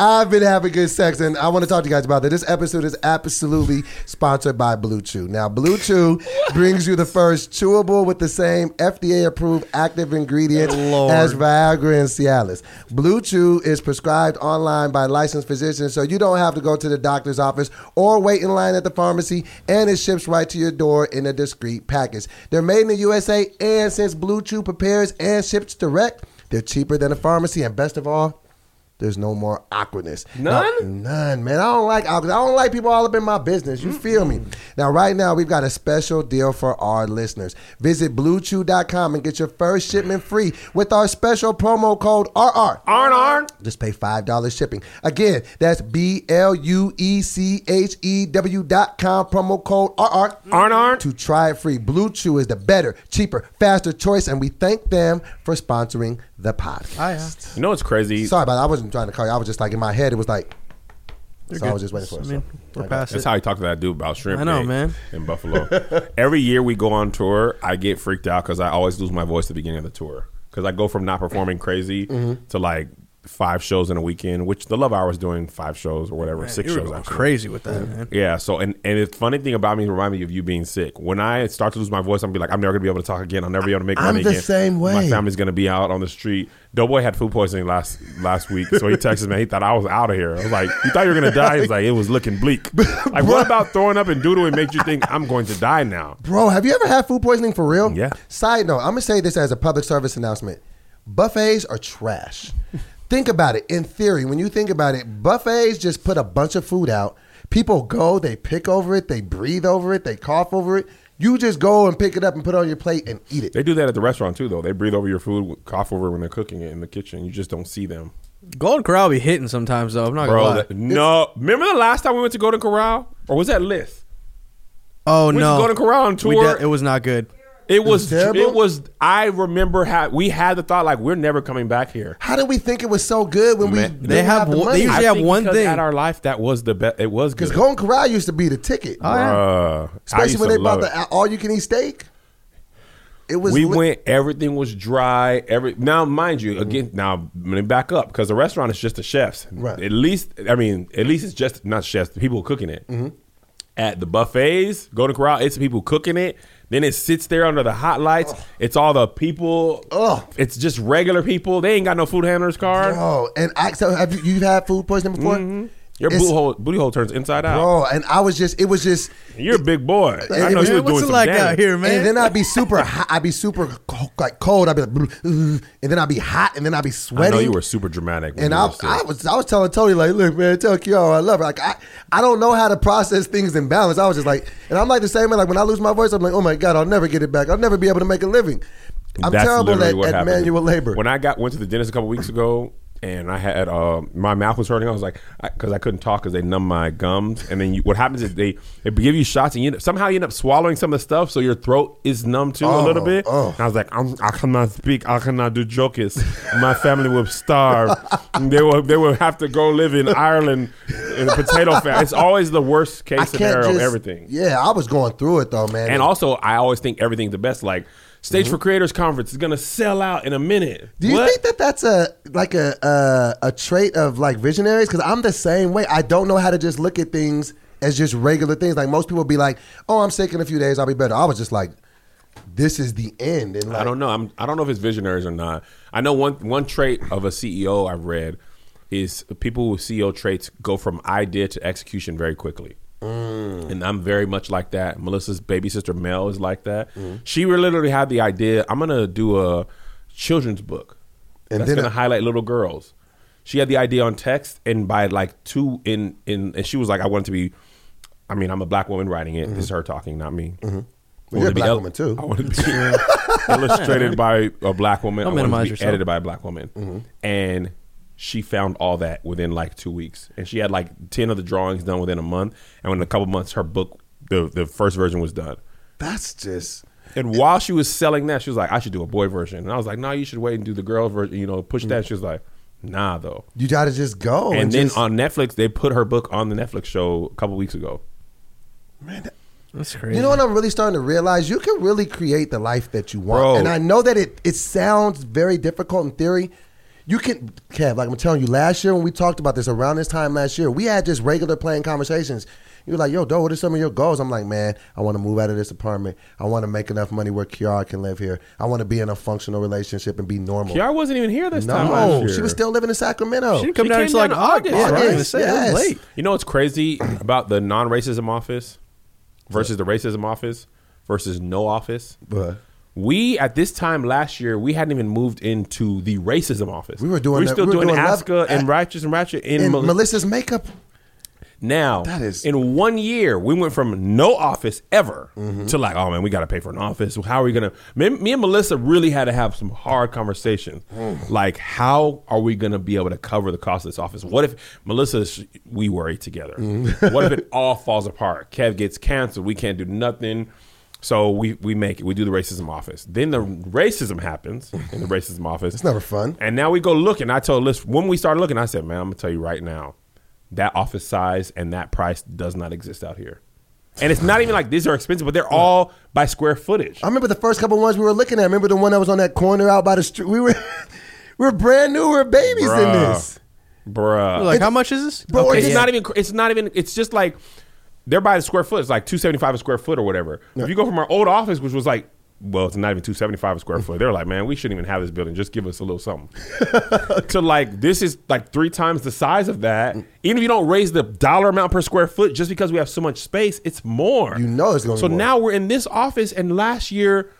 [SPEAKER 3] I've been having good sex, and I want to talk to you guys about that. This episode is absolutely sponsored by Blue Chew. Now, Blue
[SPEAKER 2] <laughs>
[SPEAKER 3] Chew brings you the first chewable with the same FDA-approved active ingredients
[SPEAKER 2] Lord.
[SPEAKER 3] as Viagra and Cialis. Blue Chew is prescribed online by licensed physicians, so you don't have to go to the doctor's office or wait in line at the pharmacy, and it ships right to your door in a discreet package. They're made in the USA, and since Blue Chew prepares and ships direct, they're cheaper than a pharmacy, and best of all, there's no more awkwardness.
[SPEAKER 1] None?
[SPEAKER 3] Now- none, man. I don't like awkward. I don't like people all up in my business. You feel me? Now, right now, we've got a special deal for our listeners. Visit bluechew.com and get your first shipment free with our special promo code RR.
[SPEAKER 1] Arn Arn.
[SPEAKER 3] Just pay five dollars shipping. Again, that's B L U E C H E W dot com promo code RR
[SPEAKER 1] Arn Arn.
[SPEAKER 3] to try it free. Blue Chew is the better, cheaper, faster choice, and we thank them for sponsoring the podcast.
[SPEAKER 2] uh,
[SPEAKER 1] You know what's crazy?
[SPEAKER 3] Sorry about that. I wasn't trying to call you. I was just like in my head. It was like, so I was just waiting for it.
[SPEAKER 2] I mean,
[SPEAKER 3] so.
[SPEAKER 2] we're past
[SPEAKER 1] That's
[SPEAKER 2] it.
[SPEAKER 1] how he talked to that dude about shrimp.
[SPEAKER 2] I know,
[SPEAKER 1] cake
[SPEAKER 2] man.
[SPEAKER 1] In Buffalo, <laughs> every year we go on tour, I get freaked out because I always lose my voice at the beginning of the tour because I go from not performing crazy
[SPEAKER 2] Mm-hmm.
[SPEAKER 1] to like five shows in a weekend, which the Love Hour is doing five shows or whatever, six
[SPEAKER 2] you were
[SPEAKER 1] shows.
[SPEAKER 2] going
[SPEAKER 1] actually.
[SPEAKER 2] crazy with that, man.
[SPEAKER 1] Yeah. So and and the funny thing about me remind me of you being sick. When I start to lose my voice, I'm be like, I'm never gonna be able to talk again. I'll never be able to make
[SPEAKER 3] I'm
[SPEAKER 1] money
[SPEAKER 3] the
[SPEAKER 1] again.
[SPEAKER 3] same
[SPEAKER 1] My
[SPEAKER 3] way.
[SPEAKER 1] family's gonna be out on the street. Doughboy had food poisoning last last week, so he texted me. He thought I was out of here. I was like, you thought you were gonna die? He's like, it was looking
[SPEAKER 3] <laughs>
[SPEAKER 1] bleak. Like, what about throwing up and doodling makes you think I'm going to die now?
[SPEAKER 3] Bro, have you ever had food poisoning for real?
[SPEAKER 1] Yeah.
[SPEAKER 3] Side note, I'm gonna say this as a public service announcement: buffets are
[SPEAKER 2] <laughs>
[SPEAKER 3] trash. think about it. In theory, when you think about it, buffets just put a bunch of food out. People go, they pick over it, they breathe over it, they cough over it. You just go and pick it up and put it on your plate and eat it.
[SPEAKER 1] They do that at the restaurant too, though. They breathe over your food, cough over it when they're cooking it in the kitchen. You just don't see them,
[SPEAKER 2] Golden Corral be hitting sometimes, though. I'm not
[SPEAKER 1] bro.
[SPEAKER 2] gonna lie.
[SPEAKER 1] that- no, remember the last time we went to Golden Corral, or was that Lith?
[SPEAKER 2] oh
[SPEAKER 1] went to
[SPEAKER 2] no,
[SPEAKER 1] Golden Corral on
[SPEAKER 2] We
[SPEAKER 1] tour.
[SPEAKER 2] did- it was not good.
[SPEAKER 1] It was. It was,
[SPEAKER 3] terrible?
[SPEAKER 1] I remember how we had the thought like we're never coming back here.
[SPEAKER 3] How did we think it was so good when
[SPEAKER 1] Man.
[SPEAKER 3] we
[SPEAKER 2] They
[SPEAKER 3] didn't
[SPEAKER 2] have
[SPEAKER 3] the
[SPEAKER 2] one-
[SPEAKER 3] money?
[SPEAKER 2] they usually
[SPEAKER 1] I
[SPEAKER 2] have
[SPEAKER 1] think
[SPEAKER 2] one
[SPEAKER 1] because
[SPEAKER 2] thing.
[SPEAKER 1] at our life that was the best. It was
[SPEAKER 3] Because
[SPEAKER 1] good.
[SPEAKER 3] Golden Corral used to be the ticket.
[SPEAKER 2] Oh,
[SPEAKER 1] Bruh, I
[SPEAKER 3] Especially
[SPEAKER 1] used
[SPEAKER 3] when
[SPEAKER 1] to
[SPEAKER 3] they brought
[SPEAKER 1] love it.
[SPEAKER 3] the all you can eat steak. It was
[SPEAKER 1] We
[SPEAKER 3] li-
[SPEAKER 1] went. Everything was dry. Every now, mind you, again. Now, let me back up because the restaurant is just the chefs.
[SPEAKER 3] Mm-hmm. Right.
[SPEAKER 1] At least, I mean, at least it's just not chefs. The people cooking it.
[SPEAKER 3] Mm-hmm.
[SPEAKER 1] At the buffets, Golden Corral, it's the people cooking it. Then it sits there under the hot lights. It's all the people.
[SPEAKER 3] Ugh.
[SPEAKER 1] It's just regular people. They ain't got no food handlers card.
[SPEAKER 3] Bro, and I so have you you've had food poisoning before?
[SPEAKER 1] Your
[SPEAKER 3] It's-
[SPEAKER 1] booty hole, booty hole turns inside out.
[SPEAKER 3] Bro, and I was just it was just
[SPEAKER 1] You're a big boy. Uh, I
[SPEAKER 3] it
[SPEAKER 1] know
[SPEAKER 3] was-
[SPEAKER 1] you were doing
[SPEAKER 2] Man, what's it
[SPEAKER 1] some
[SPEAKER 2] like
[SPEAKER 1] damage.
[SPEAKER 2] out here, man?
[SPEAKER 3] and then I'd be super hot, I'd be super co- like cold, I'd be like "Bleh, uh," and then I'd be hot and then I'd be
[SPEAKER 1] I
[SPEAKER 3] sweating.
[SPEAKER 1] know you were super dramatic. when
[SPEAKER 3] and
[SPEAKER 1] you
[SPEAKER 3] I,
[SPEAKER 1] were sick.
[SPEAKER 3] I was I was telling Tony like, look, man, tell Kiara I love her. Like I, I don't know how to process things in balance. I was just like, and I'm like the same way. Like when I lose my voice, I'm like, oh my god, I'll never get it back. I'll never be able to make a living. I'm
[SPEAKER 1] That's
[SPEAKER 3] terrible
[SPEAKER 1] literally
[SPEAKER 3] at,
[SPEAKER 1] what
[SPEAKER 3] at
[SPEAKER 1] happened.
[SPEAKER 3] manual labor.
[SPEAKER 1] When I got went to the dentist a couple weeks ago, and I had uh, my mouth was hurting. I was like, because I, couldn't talk because they numb my gums. And then you, what happens is they they give you shots, and you end up, somehow you end up swallowing some of the stuff, so your throat is numb too a little
[SPEAKER 3] Oh,
[SPEAKER 1] bit.
[SPEAKER 3] oh.
[SPEAKER 1] And I was like, I'm, I cannot speak. I cannot do <laughs> jokes. My family will starve. they will they will have to go live in Ireland in a potato famine. It's always the worst case
[SPEAKER 3] I
[SPEAKER 1] scenario
[SPEAKER 3] can't
[SPEAKER 1] of
[SPEAKER 3] just,
[SPEAKER 1] everything.
[SPEAKER 3] Yeah, I was going through it though, man. Mm-hmm.
[SPEAKER 1] And also, I always think everything's the best. Like Stage for Creators Conference is gonna sell out in a minute.
[SPEAKER 3] Do you
[SPEAKER 1] What?
[SPEAKER 3] think that that's a like a a, a trait of like visionaries? Because I'm the same way. I don't know how to just look at things as just regular things. Like most people be like, "Oh, I'm sick in a few days. I'll be better." I was just like, "This is the end." And like,
[SPEAKER 1] I don't know. I'm, I don't know if it's visionaries or not. I know one one trait of a CEO I've read is people with CEO traits go from idea to execution very quickly.
[SPEAKER 3] Mm.
[SPEAKER 1] And I'm very much like that. Melissa's baby sister Mel is like that. She literally had the idea. I'm gonna do a children's book
[SPEAKER 3] And
[SPEAKER 1] that's
[SPEAKER 3] then
[SPEAKER 1] gonna
[SPEAKER 3] it-
[SPEAKER 1] highlight little girls. She had the idea on text, and by like two in in, and she was like, I want it to be. I mean, I'm a black woman writing it. This is her talking, not me. I
[SPEAKER 3] Mm-hmm. Well,
[SPEAKER 1] want
[SPEAKER 3] you're a
[SPEAKER 1] it to be
[SPEAKER 3] black
[SPEAKER 1] el- Oh,
[SPEAKER 3] woman, too.
[SPEAKER 1] I want it to be <laughs> illustrated by a black woman.
[SPEAKER 2] Don't
[SPEAKER 1] I want it to
[SPEAKER 2] minimize
[SPEAKER 1] be
[SPEAKER 2] yourself.
[SPEAKER 1] edited by a black woman,
[SPEAKER 3] Mm-hmm.
[SPEAKER 1] and she found all that within like two weeks, and she had like ten of the drawings done within a month, and in a couple months, her book, the the first version was done.
[SPEAKER 3] That's just
[SPEAKER 1] And while she was selling that, she was like, "I should do a boy version," and I was like, "No, you should wait and do the girl version. You know, push that." She was like, "Nah, though."
[SPEAKER 3] you got to just go. Mm-hmm. Oh, And,
[SPEAKER 1] and then
[SPEAKER 3] just,
[SPEAKER 1] on Netflix, they put her book on the Netflix show a couple weeks ago.
[SPEAKER 2] That's crazy.
[SPEAKER 3] you know what I'm really starting to realize? You can really create the life that you want.
[SPEAKER 1] Bro.
[SPEAKER 3] And I know that it it sounds very difficult in theory. You can, Kev, like I'm telling you, last year when we talked about this around this time last year, we had just regular plain conversations. You were like, yo, Doe, what are some of your goals? I'm like, man, I want to move out of this apartment. I want to make enough money where Kiara can live here. I want to be in a functional relationship and be normal.
[SPEAKER 1] Kiara wasn't even here this time last
[SPEAKER 3] Oh. no, Oh,
[SPEAKER 1] year.
[SPEAKER 3] she was still living in Sacramento.
[SPEAKER 2] She didn't come
[SPEAKER 1] She
[SPEAKER 2] down
[SPEAKER 1] came
[SPEAKER 2] until like
[SPEAKER 1] down in
[SPEAKER 2] August.
[SPEAKER 1] August.
[SPEAKER 2] right? I was gonna say,
[SPEAKER 3] Yes.
[SPEAKER 2] It was late.
[SPEAKER 1] You know what's crazy about the non-racism office versus the racism office versus no office?
[SPEAKER 3] But
[SPEAKER 1] We at this time last year we hadn't even moved into the racism office.
[SPEAKER 3] We were doing
[SPEAKER 1] we
[SPEAKER 3] that-
[SPEAKER 1] still
[SPEAKER 3] we were
[SPEAKER 1] doing,
[SPEAKER 3] doing love-
[SPEAKER 1] Aska and Righteous and Ratchet in,
[SPEAKER 3] in
[SPEAKER 1] Mel-
[SPEAKER 3] Melissa's makeup,
[SPEAKER 1] now.
[SPEAKER 3] That is-
[SPEAKER 1] in one year we went from no office ever to like oh man we got to pay for an office. How are we gonna? Me, me and Melissa really had to have some hard conversations.
[SPEAKER 3] Hmm.
[SPEAKER 1] Like how are we gonna be able to cover the cost of this office? What if Melissa sh- we worry together?
[SPEAKER 3] Hmm.
[SPEAKER 1] what if it
[SPEAKER 3] <laughs>
[SPEAKER 1] all falls apart? Kev gets canceled. We can't do nothing. So we, we make it. We do the racism office. Then the racism happens in the racism office.
[SPEAKER 3] It's never fun.
[SPEAKER 1] And now we go looking. I told Liz when we started looking, I said, "Man, I'm gonna tell you right now, that office size and that price does not exist out here." And it's not even like these are expensive, but they're all by square footage.
[SPEAKER 3] I remember the first couple ones we were looking at. I remember the one that was on that corner out by the street. We were, <laughs> we were brand new. We were babies in
[SPEAKER 1] Bruh.
[SPEAKER 3] this.
[SPEAKER 1] Bruh,
[SPEAKER 2] Like, how much is this?
[SPEAKER 3] Bro,
[SPEAKER 1] it's
[SPEAKER 3] yeah.
[SPEAKER 1] not even. It's not even. It's just like they're by the square foot. It's like two seventy five a square foot or whatever. If you go from our old office, which was like. Well, it's not even two seventy five a square foot. They're like, man, we shouldn't even have this building. Just give us a little
[SPEAKER 3] <laughs>
[SPEAKER 1] something. to like, this is like three times the size of that. Even if you don't raise the dollar amount per square foot, just because we have so much space, it's more.
[SPEAKER 3] You know it's gonna be
[SPEAKER 1] So
[SPEAKER 3] more.
[SPEAKER 1] now we're in this office, and last year,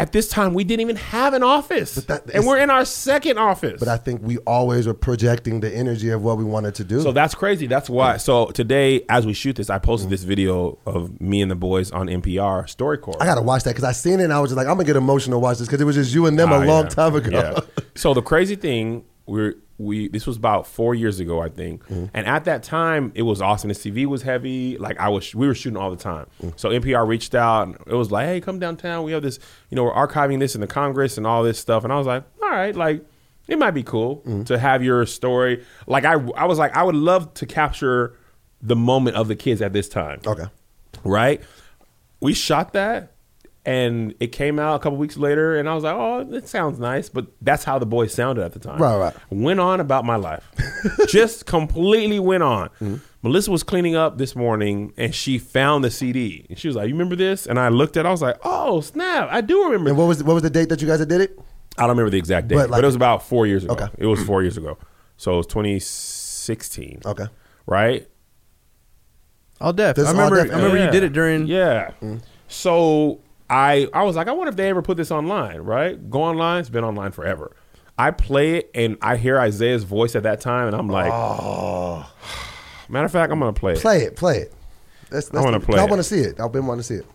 [SPEAKER 1] at this time, we didn't even have an office,
[SPEAKER 3] that-
[SPEAKER 1] and
[SPEAKER 3] it's-
[SPEAKER 1] we're in our second office.
[SPEAKER 3] But I think we always were projecting the energy of what we wanted to do.
[SPEAKER 1] So that's crazy. That's why. So today, as we shoot this, I posted this video of me and the boys on NPR StoryCorps.
[SPEAKER 3] I gotta watch that because I seen it and I was just like, I'm gonna get emotional to watch this because it was just you and them
[SPEAKER 1] Oh,
[SPEAKER 3] a long
[SPEAKER 1] yeah.
[SPEAKER 3] time ago.
[SPEAKER 1] Yeah. So the crazy thing, we're we this was about four years ago, I think,
[SPEAKER 3] Mm-hmm.
[SPEAKER 1] and at that time it was awesome. The CV was heavy. Like I was, we were shooting all the time.
[SPEAKER 3] Mm-hmm.
[SPEAKER 1] So NPR reached out. and It was like, hey, come downtown. We have this, you know, we're archiving this in the Congress and all this stuff. And I was like, all right, like. It might be cool
[SPEAKER 3] Mm-hmm.
[SPEAKER 1] to have your story. Like I, I was like, I would love to capture the moment of the kids at this time
[SPEAKER 3] <laughs> Okay.
[SPEAKER 1] right? We shot that and it came out a couple weeks later and I was like, "Oh, it sounds nice," but that's how the boys sounded at the time.
[SPEAKER 3] Right, right.
[SPEAKER 1] Went on about my
[SPEAKER 3] <laughs>
[SPEAKER 1] life. Just completely went on.
[SPEAKER 3] Mm-hmm.
[SPEAKER 1] Melissa was cleaning up this morning and she found the CD. And she was like, "You remember this?" And I looked at it, I was like, "Oh, snap. I do remember."
[SPEAKER 3] And what was what was the date that you guys did it?
[SPEAKER 1] I don't remember the exact date, but,
[SPEAKER 3] But, like-
[SPEAKER 1] it was about 4 years ago.
[SPEAKER 3] Okay.
[SPEAKER 1] It was 4 years ago. So it was 2016.
[SPEAKER 3] Okay.
[SPEAKER 1] Right?
[SPEAKER 2] All deaf.
[SPEAKER 3] This
[SPEAKER 2] I
[SPEAKER 3] is all
[SPEAKER 2] remember.
[SPEAKER 3] deaf.
[SPEAKER 2] I remember
[SPEAKER 1] Yeah.
[SPEAKER 2] you did it during. Mm-hmm.
[SPEAKER 1] Yeah. So I I was like, I wonder if they ever put this online, right? Go online, it's been online forever. I play it and I hear Isaiah's voice at that time and I'm like
[SPEAKER 2] Ah.
[SPEAKER 1] Matter of fact, I'm gonna play it.
[SPEAKER 3] Play it, play it. That's, that's
[SPEAKER 1] wanna play
[SPEAKER 3] I
[SPEAKER 1] it.
[SPEAKER 3] want to see it. I've been wanting to see it.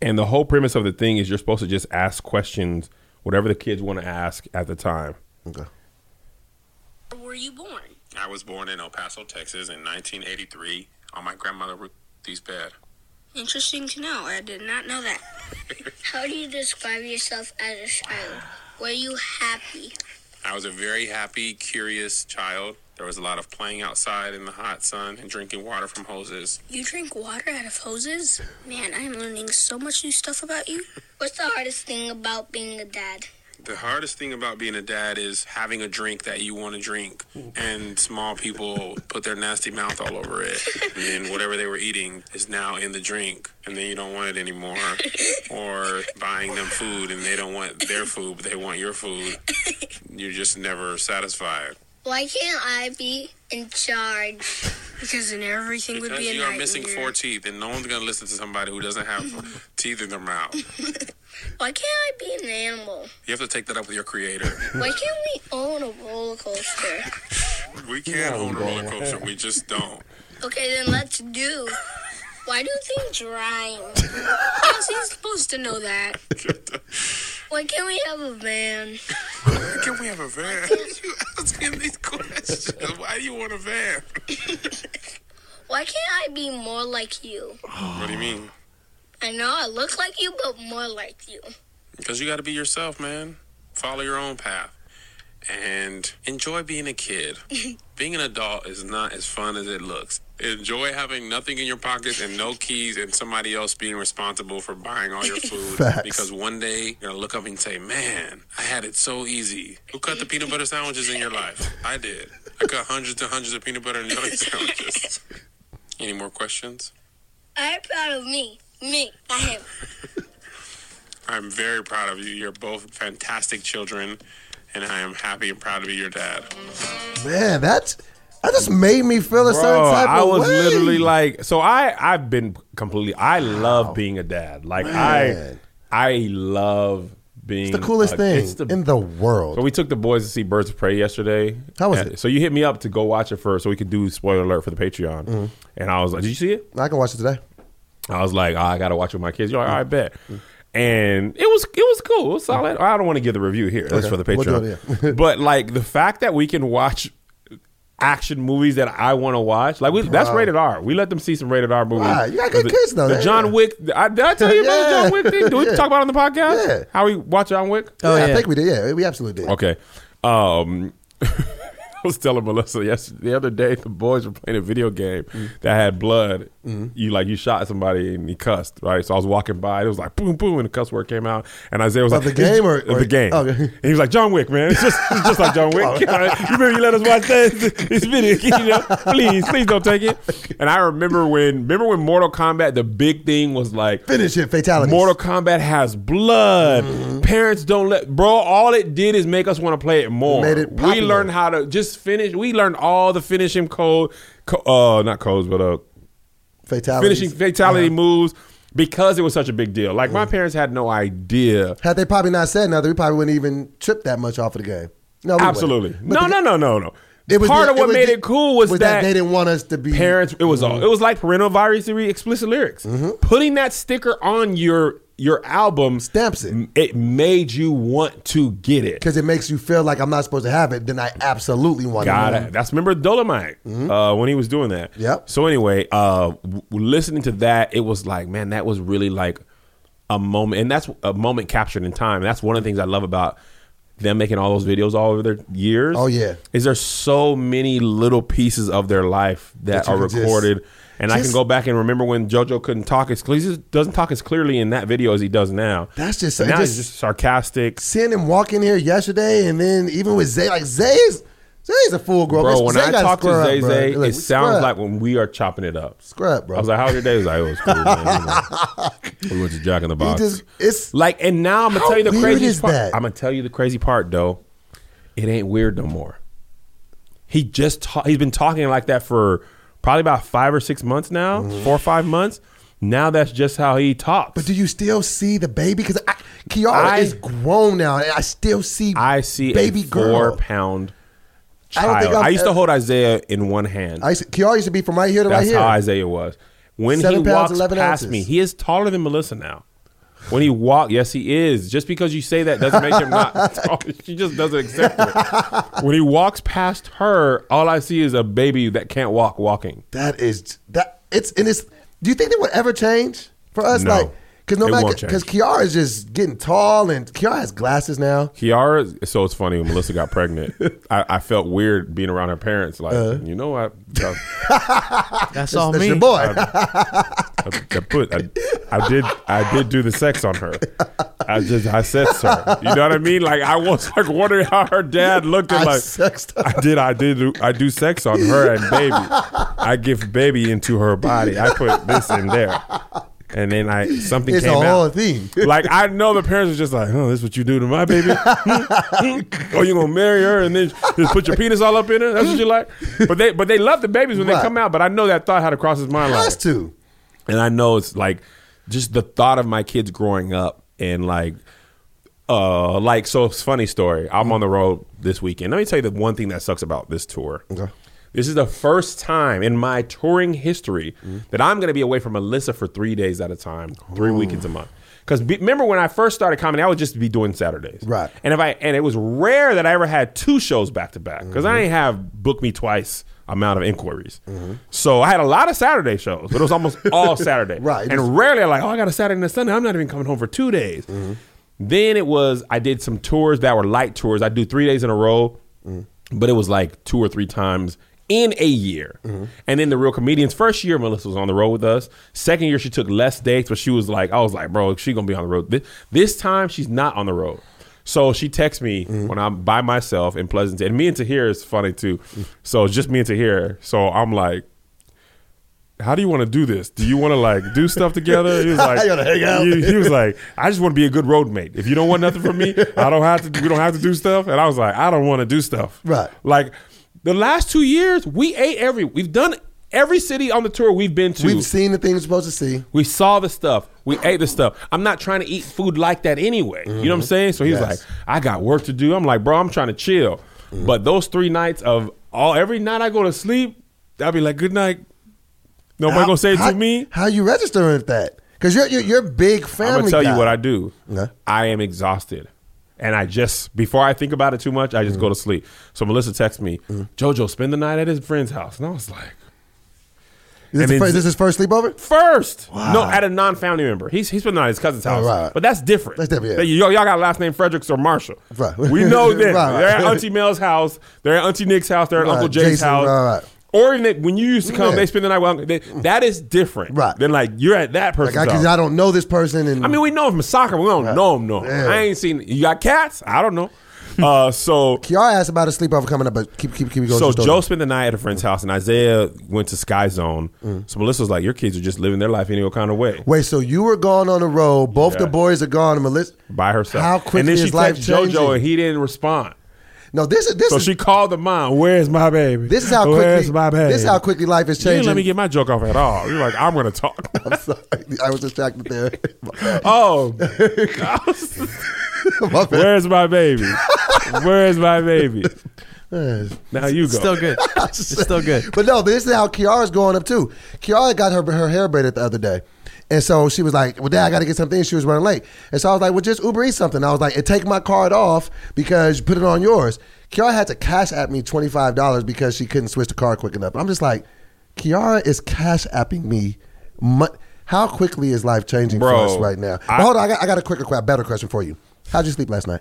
[SPEAKER 1] And the whole premise of the thing is you're supposed to just ask questions, whatever the kids want to ask at the time.
[SPEAKER 3] Okay.
[SPEAKER 6] were you born?
[SPEAKER 7] I was born in El Paso, Texas in 1983 on my grandmother Ruthie's bed.
[SPEAKER 6] Interesting to know. I did not know
[SPEAKER 7] <laughs>
[SPEAKER 6] that.
[SPEAKER 8] How do you describe yourself as a child? Were you happy?
[SPEAKER 7] I was a very happy, curious child. There was a lot of playing outside in the hot sun and drinking water from hoses.
[SPEAKER 6] You drink water out of hoses? Man, I'm learning so much new stuff about you.
[SPEAKER 8] What's the hardest thing about being a dad?
[SPEAKER 7] The hardest thing about being a dad is having a drink that you want to drink, and small people put their nasty mouth all over it. And then whatever they were eating is now in the drink, and then you don't want it anymore. Or buying them food, and they don't want their food, but they want your food. You're just never satisfied.
[SPEAKER 8] Why can't I be in charge?
[SPEAKER 6] Because then everything would be
[SPEAKER 7] Because
[SPEAKER 6] a
[SPEAKER 7] you are
[SPEAKER 6] night
[SPEAKER 7] missing
[SPEAKER 6] eater.
[SPEAKER 7] four teeth, and no one's going to listen to somebody who doesn't have teeth in their mouth. You
[SPEAKER 8] Why can't I be an animal?
[SPEAKER 7] have to take that up with your creator.
[SPEAKER 8] Why can't we own a roller coaster?
[SPEAKER 7] We can't own a roller coaster. We just don't.
[SPEAKER 8] Okay, then let's do. Why do things rhyme?
[SPEAKER 6] How's he supposed to know that?
[SPEAKER 8] Why can't we have a van?
[SPEAKER 7] Can we have a van? you asking these questions. Why do you want a van?
[SPEAKER 8] Why can't I be more like you?
[SPEAKER 7] What do you mean?
[SPEAKER 8] I know I look like you, but more like you.
[SPEAKER 7] Because you got to be yourself, man. Follow your own path and enjoy being a kid. being an adult is not as fun as it looks. Enjoy having nothing in your pockets and no keys and somebody else being responsible for buying all your food.
[SPEAKER 3] Facts.
[SPEAKER 7] Because one day you're going to look up and say, man, I had it so easy. Who cut the peanut butter sandwiches in your life? I did. I cut hundreds and hundreds of peanut butter and jelly <laughs> sandwiches. Any more questions?
[SPEAKER 8] I'm proud of me. Me. I am.
[SPEAKER 7] I'm very proud of you. You're both fantastic children, and I am happy and proud to be your dad.
[SPEAKER 3] Man, that's that just made me feel a certain
[SPEAKER 1] Bro,
[SPEAKER 3] type
[SPEAKER 1] I
[SPEAKER 3] of
[SPEAKER 1] was
[SPEAKER 3] way.
[SPEAKER 1] literally like, so I I've been completely. I love being a dad. Like
[SPEAKER 3] Man.
[SPEAKER 1] I I love being
[SPEAKER 3] it's the coolest
[SPEAKER 1] a-
[SPEAKER 3] thing
[SPEAKER 1] It's the
[SPEAKER 3] in the
[SPEAKER 1] So
[SPEAKER 3] world.
[SPEAKER 1] we took the boys to see Birds of Prey yesterday.
[SPEAKER 3] How was
[SPEAKER 1] And-
[SPEAKER 3] it?
[SPEAKER 1] So you hit me up to go watch it first, so we could do spoiler alert for the Patreon.
[SPEAKER 3] Mm-hmm.
[SPEAKER 1] And I was like, "Did you see it?"
[SPEAKER 3] I can watch it today.
[SPEAKER 1] I was like, "Ah, "I gotta watch it with my kids." You're like, "All right, bet." And it was it was cool. It was solid. I don't want to give the review here. That's
[SPEAKER 3] Okay.
[SPEAKER 1] for the
[SPEAKER 3] We'll do
[SPEAKER 1] Patreon.
[SPEAKER 3] it, <laughs> yeah.
[SPEAKER 1] but like the fact that we can watch action movies that I want to watch, like we, that's rated R. We let them see some rated R movies.
[SPEAKER 3] Wow, you got good
[SPEAKER 1] The-
[SPEAKER 3] kids, though.
[SPEAKER 1] The
[SPEAKER 3] Yeah.
[SPEAKER 1] John Wick. I, did I tell you about
[SPEAKER 3] Yeah.
[SPEAKER 1] the John Wick thing? Do we
[SPEAKER 3] Yeah.
[SPEAKER 1] talk about it on the podcast?
[SPEAKER 3] Yeah.
[SPEAKER 1] How we watch John Wick?
[SPEAKER 2] Oh,
[SPEAKER 3] I
[SPEAKER 2] yeah.
[SPEAKER 3] think we did. Yeah, we absolutely did.
[SPEAKER 1] Okay. Um, <laughs> I was telling Melissa yesterday, the other day, the boys were playing a video game
[SPEAKER 3] Mm.
[SPEAKER 1] that had blood. You like you shot somebody and he cussed, right? So I was walking by, and it was like boom, boom, and the cuss word came out, and Isaiah was
[SPEAKER 3] Of
[SPEAKER 1] like,
[SPEAKER 3] the game or-
[SPEAKER 1] "It's-
[SPEAKER 3] or-
[SPEAKER 1] the game?"
[SPEAKER 3] okay.
[SPEAKER 1] And he was like, "John Wick, man, it's just it's just like John Wick.
[SPEAKER 3] <laughs>
[SPEAKER 1] You remember <laughs> you let us watch that this video? <laughs> You know? Please, please don't take
[SPEAKER 3] <laughs>
[SPEAKER 1] it." And I remember when remember when Mortal Kombat, the big thing was like
[SPEAKER 3] Finish it, fatality.
[SPEAKER 1] Mortal Kombat has blood.
[SPEAKER 3] Mm-hmm.
[SPEAKER 1] Parents don't let bro. All it did is make us want to play it more.
[SPEAKER 3] Made it
[SPEAKER 1] we
[SPEAKER 3] popular.
[SPEAKER 1] learned how to just finish. We learned all the finishing code, co- uh, not codes, but uh,
[SPEAKER 3] fatality.
[SPEAKER 1] finishing fatality
[SPEAKER 3] Uh-huh.
[SPEAKER 1] moves because it was such a big deal. Like
[SPEAKER 3] Mm.
[SPEAKER 1] my parents had no idea.
[SPEAKER 3] Had they probably not said nothing, we probably wouldn't even trip that much off of the game. No, we wouldn't.
[SPEAKER 1] Absolutely, no,
[SPEAKER 3] But
[SPEAKER 1] no,
[SPEAKER 3] the-
[SPEAKER 1] no, no, no.
[SPEAKER 3] It was
[SPEAKER 1] Part
[SPEAKER 3] the-
[SPEAKER 1] of what
[SPEAKER 3] was
[SPEAKER 1] made
[SPEAKER 3] the-
[SPEAKER 1] it cool was, that,
[SPEAKER 3] they didn't want us to be
[SPEAKER 1] parents. It was
[SPEAKER 3] Mm-hmm.
[SPEAKER 1] all. It was like parental advisory, explicit lyrics. Putting that sticker on your your album
[SPEAKER 3] Stamps it.
[SPEAKER 1] It made you want to get it.
[SPEAKER 3] because it makes you feel like I'm not supposed to have it. Then I absolutely want
[SPEAKER 1] Got
[SPEAKER 3] it.
[SPEAKER 1] it. That's remember Dolomite uh, when he was doing that.
[SPEAKER 3] Yep.
[SPEAKER 1] So anyway, uh, w- listening to that, it was like, man, that was really like a moment, and that's a moment captured in time. And that's one of the things I love about them making all those videos all over their years.
[SPEAKER 3] Oh, yeah.
[SPEAKER 1] is there's so many little pieces of their life that,
[SPEAKER 3] That you
[SPEAKER 1] are
[SPEAKER 3] can just-
[SPEAKER 1] recorded. and I can
[SPEAKER 3] just-
[SPEAKER 1] go back and remember when JoJo couldn't talk as clear. He just doesn't talk as clearly in that video as he does now.
[SPEAKER 3] That's just-
[SPEAKER 1] And
[SPEAKER 3] it
[SPEAKER 1] now he's
[SPEAKER 3] just-
[SPEAKER 1] just sarcastic.
[SPEAKER 3] Seeing him walk in here yesterday, and then even with Zay, like Zay's Zay's a full grown.
[SPEAKER 1] Bro, when
[SPEAKER 3] Zay
[SPEAKER 1] I
[SPEAKER 3] gotta
[SPEAKER 1] talk
[SPEAKER 3] square
[SPEAKER 1] to
[SPEAKER 3] up,
[SPEAKER 1] Zay
[SPEAKER 3] bro.
[SPEAKER 1] Zay,
[SPEAKER 3] Look,
[SPEAKER 1] it sounds
[SPEAKER 3] square up.
[SPEAKER 1] like when we are chopping it up.
[SPEAKER 3] square up, bro.
[SPEAKER 1] I was like, "How was your day?" He's like, "It was cool." Man. you know.
[SPEAKER 3] <laughs>
[SPEAKER 1] we went to Jack in the
[SPEAKER 3] he
[SPEAKER 1] Box.
[SPEAKER 3] just it's
[SPEAKER 1] like, and now I'm gonna
[SPEAKER 3] How
[SPEAKER 1] tell you the
[SPEAKER 3] weird
[SPEAKER 1] craziest
[SPEAKER 3] is
[SPEAKER 1] part.
[SPEAKER 3] that?
[SPEAKER 1] I'm gonna tell you the crazy part, though. It ain't weird no more. He just ta- he's been talking like that for probably about five or six months now, four or five months. Now that's just how he talks.
[SPEAKER 3] Mm-hmm. But do you still see the baby? Because Kiara
[SPEAKER 1] I-
[SPEAKER 3] is grown now, and I still see.
[SPEAKER 1] I see
[SPEAKER 3] baby
[SPEAKER 1] a four
[SPEAKER 3] girl.
[SPEAKER 1] pound
[SPEAKER 3] I
[SPEAKER 1] child.
[SPEAKER 3] don't
[SPEAKER 1] I,
[SPEAKER 3] think I'm-
[SPEAKER 1] used to hold Isaiah in one hand.
[SPEAKER 3] I used to, Kiara used to be from right here to
[SPEAKER 1] That's
[SPEAKER 3] right here.
[SPEAKER 1] how Isaiah was. When
[SPEAKER 3] Seven
[SPEAKER 1] he
[SPEAKER 3] pounds,
[SPEAKER 1] walks
[SPEAKER 3] 11
[SPEAKER 1] past
[SPEAKER 3] ounces.
[SPEAKER 1] me, he is taller than Melissa now. When he walk, yes, he is. Just because you say that doesn't make him
[SPEAKER 3] <laughs>
[SPEAKER 1] not tall. She just doesn't accept it. When he walks past her, all I see is a baby that can't walk walking.
[SPEAKER 3] that is that it's and it's. Do you think that would ever change for us?
[SPEAKER 1] No.
[SPEAKER 3] Like, Because no
[SPEAKER 1] It
[SPEAKER 3] matter,
[SPEAKER 1] won't change.
[SPEAKER 3] because Kiara is just getting tall, and Kiara has glasses now.
[SPEAKER 1] Kiara, so it's funny when Melissa got pregnant, I, I felt weird being around her parents. Like,
[SPEAKER 3] Uh-huh.
[SPEAKER 1] you know, I, I,
[SPEAKER 2] That's all
[SPEAKER 3] That's
[SPEAKER 2] me.
[SPEAKER 3] your <laughs> boy.
[SPEAKER 1] I, I put, I, I did, I did do the sex on her. I just, I said, sir, you know what I mean? Like, I was like wondering how her dad looked at
[SPEAKER 3] I
[SPEAKER 1] like,
[SPEAKER 3] sexed her.
[SPEAKER 1] I did, I did, do, I do sex on her and baby. I give baby into her body. I put this in there, and then I something
[SPEAKER 3] It's a
[SPEAKER 1] came out.
[SPEAKER 3] whole thing. <laughs>
[SPEAKER 1] like I know the parents are just like, oh, this is what you do to my baby. <laughs> oh, you gonna marry her and then just put your penis all up in her? That's what you like. But they but they love the babies when they
[SPEAKER 3] Right.
[SPEAKER 1] come out. But I know that thought had to cross his mind. Like,
[SPEAKER 3] Has to.
[SPEAKER 1] and I know it's like just the thought of my kids growing up and like uh like so it's a funny story. I'm on the road this weekend. Let me tell you the one thing that sucks about this tour.
[SPEAKER 3] Okay.
[SPEAKER 1] This is the first time in my touring history
[SPEAKER 3] Mm-hmm.
[SPEAKER 1] that I'm going to be away from Melissa for 3 days at a time, 3
[SPEAKER 3] Oh.
[SPEAKER 1] weekends a month. Cuz remember when I first started comedy, I would just be doing Saturdays.
[SPEAKER 3] Right.
[SPEAKER 1] And if I and it was rare that I ever had two shows back to back because I ain't have book me twice amount of inquiries. So I had a lot of Saturday shows, but it was almost all Saturday.
[SPEAKER 3] Right.
[SPEAKER 1] And rarely like, oh, I got a Saturday and a Sunday. I'm not even coming home for two days. Then it was I did some tours that were light tours. I do three days in a row, but it was like two or three times in a year. And then the real comedians first year Melissa was on the road with us. Second year she took less dates, but she was like, I was like, bro, she gonna be on the road. This, this time she's not on the road. So she texts me when I'm by myself in Pleasanton. And me and Tahir is funny too. So it's just me and Tahir. So I'm like, how do you want to do this? Do you want to like do stuff together?
[SPEAKER 3] <laughs>
[SPEAKER 1] He was like,
[SPEAKER 3] You wanna hang out?
[SPEAKER 1] He, he was like, I just want to be a good roadmate. If you don't want nothing from me, I don't have to. We don't have to do stuff. And I was like, I don't want to do stuff.
[SPEAKER 3] Right.
[SPEAKER 1] Like the last two years, we ate every. We've done every city on the tour we've been to.
[SPEAKER 3] We've seen the things we're supposed to see.
[SPEAKER 1] We saw the stuff. We ate the stuff. I'm not trying to eat food like that anyway. You know what I'm saying? So he's
[SPEAKER 3] Mm-hmm. Yes.
[SPEAKER 1] like, I got work to do. I'm like, bro, I'm trying to chill.
[SPEAKER 3] Mm-hmm.
[SPEAKER 1] But those three nights of all every night I go to sleep, I'll be like, good night. Nobody
[SPEAKER 3] How-
[SPEAKER 1] gonna say it
[SPEAKER 3] how-
[SPEAKER 1] to me.
[SPEAKER 3] How you registering with that? Because you're, you're you're a big family.
[SPEAKER 1] I'm gonna tell
[SPEAKER 3] guy.
[SPEAKER 1] you what I do.
[SPEAKER 3] Okay.
[SPEAKER 1] I am exhausted, and I just before I think about it too much, I just go
[SPEAKER 3] Mm-hmm.
[SPEAKER 1] to sleep. So Melissa texts me, "Jojo, spend the night at his friend's house," and I was like,
[SPEAKER 3] Is this,
[SPEAKER 1] and
[SPEAKER 3] the fir-
[SPEAKER 1] it's-
[SPEAKER 3] is this his first sleepover?
[SPEAKER 1] first. No, at a non-family member. He's he's been at his cousin's house,
[SPEAKER 3] Oh, right.
[SPEAKER 1] but that's different.
[SPEAKER 3] That's different, yeah.
[SPEAKER 1] That- y'all, y'all got last name Fredericks or Marshall.
[SPEAKER 3] Right.
[SPEAKER 1] We
[SPEAKER 3] <laughs>
[SPEAKER 1] know them.
[SPEAKER 3] Right, right.
[SPEAKER 1] They're at Auntie Mel's house. They're at Auntie Nick's house. They're at
[SPEAKER 3] Right,
[SPEAKER 1] Uncle Jay's
[SPEAKER 3] Jason,
[SPEAKER 1] house.
[SPEAKER 3] right, right.
[SPEAKER 1] Or even if- when you used to come,
[SPEAKER 3] Yeah.
[SPEAKER 1] they spend the night with Uncle. They, that is different.
[SPEAKER 3] Right.
[SPEAKER 1] Then like you're at that person's
[SPEAKER 3] Like, I,
[SPEAKER 1] house.
[SPEAKER 3] 'cause I don't know this person, and
[SPEAKER 1] I mean, we know him from soccer. but We don't know him. No,
[SPEAKER 3] Yeah.
[SPEAKER 1] I ain't seen. You got cats? I
[SPEAKER 3] <laughs>
[SPEAKER 1] don't know. Uh, so
[SPEAKER 3] Kiara asked about a sleepover coming up, but keep keep keep going.
[SPEAKER 1] so
[SPEAKER 3] to the story.
[SPEAKER 1] Joe spent the night at a friend's house, and Isaiah went to Sky Zone.
[SPEAKER 3] Mm.
[SPEAKER 1] So Melissa was like, "Your kids are just living their life any old kind of way."
[SPEAKER 3] Wait, so you were gone on the road. Both
[SPEAKER 1] Yeah.
[SPEAKER 3] the boys are gone. Melissa,
[SPEAKER 1] by herself.
[SPEAKER 3] How quickly
[SPEAKER 1] and then she
[SPEAKER 3] is life
[SPEAKER 1] texted
[SPEAKER 3] changing?
[SPEAKER 1] JoJo and he didn't respond.
[SPEAKER 3] no, this is this
[SPEAKER 1] So
[SPEAKER 3] is
[SPEAKER 1] she called the mom. Where's my baby?
[SPEAKER 3] this is how
[SPEAKER 1] Where's
[SPEAKER 3] quickly
[SPEAKER 1] Oh, my baby?
[SPEAKER 3] this is how quickly life is
[SPEAKER 1] You didn't
[SPEAKER 3] changing.
[SPEAKER 1] let me get my joke off at all. You're like, I'm gonna talk.
[SPEAKER 3] <laughs> I'm sorry, I was distracted there. <laughs>
[SPEAKER 1] oh,
[SPEAKER 3] My bad.
[SPEAKER 1] where's my baby? Where's my baby? Now you go.
[SPEAKER 3] <laughs>
[SPEAKER 2] Still good. it's still good.
[SPEAKER 3] But no, but this is how Kiara's going up too. Kiara got her her hair braided the other day. And so she was like, Well, Dad, I gotta get something. She was running late. And so I was like, Well, just Uber Eats something. I was like, and take my card off because you put it on yours. Kiara had to cash at me twenty five dollars because she couldn't switch the card quick enough. I'm just like, Kiara is cash apping me. Mu- how quickly is life changing
[SPEAKER 1] Bro,
[SPEAKER 3] for us right now? But
[SPEAKER 1] I-
[SPEAKER 3] hold on, I got, I got a quicker, que- better question for you. How'd you sleep last night?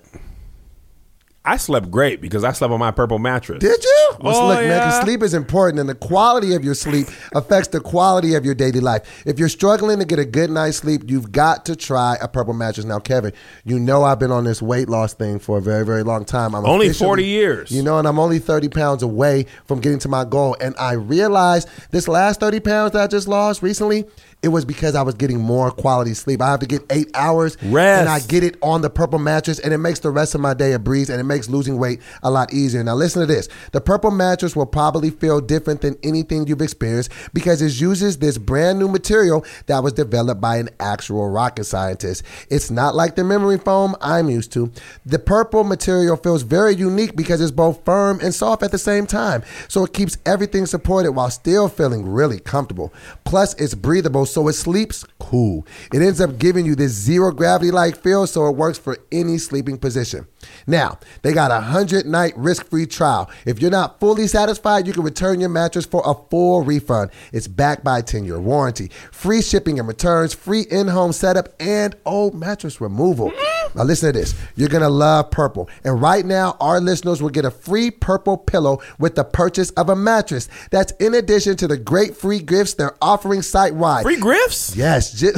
[SPEAKER 1] I slept great because I slept on my purple mattress.
[SPEAKER 3] Did you? Well,
[SPEAKER 1] Oh,
[SPEAKER 3] look, man, 'cause
[SPEAKER 1] yeah.
[SPEAKER 3] sleep is important, and the quality of your sleep affects the quality of your daily life. If you're struggling to get a good night's sleep, you've got to try a purple mattress. Now, Kevin, you know I've been on this weight loss thing for a very, very long time. I'm
[SPEAKER 1] Only
[SPEAKER 3] officially-
[SPEAKER 1] 40 years.
[SPEAKER 3] You know, and I'm only 30 pounds away from getting to my goal. And I realized this last 30 pounds that I just lost recently. It was because I was getting more quality sleep. I have to get eight hours,
[SPEAKER 1] Rest.
[SPEAKER 3] and I get it on the purple mattress, and it makes the rest of my day a breeze, and it makes losing weight a lot easier. Now, listen to this the purple mattress will probably feel different than anything you've experienced because it uses this brand new material that was developed by an actual rocket scientist. It's not like the memory foam I'm used to. The purple material feels very unique because it's both firm and soft at the same time, so it keeps everything supported while still feeling really comfortable. Plus, it's breathable, so it sleeps cool. It ends up giving you this zero gravity like feel, so it works for any sleeping position. Now, they got a 100 night risk free trial. If you're not fully satisfied, you can return your mattress for a full refund. It's backed by a 10 year warranty, free shipping and returns, free in home setup, and old mattress removal. Now, listen to this. You're going to love purple. And right now, our listeners will get a free purple pillow with the purchase of a mattress. That's in addition to the great free gifts they're offering site wide.
[SPEAKER 1] Free Griffs?
[SPEAKER 3] Yes. <laughs> Just,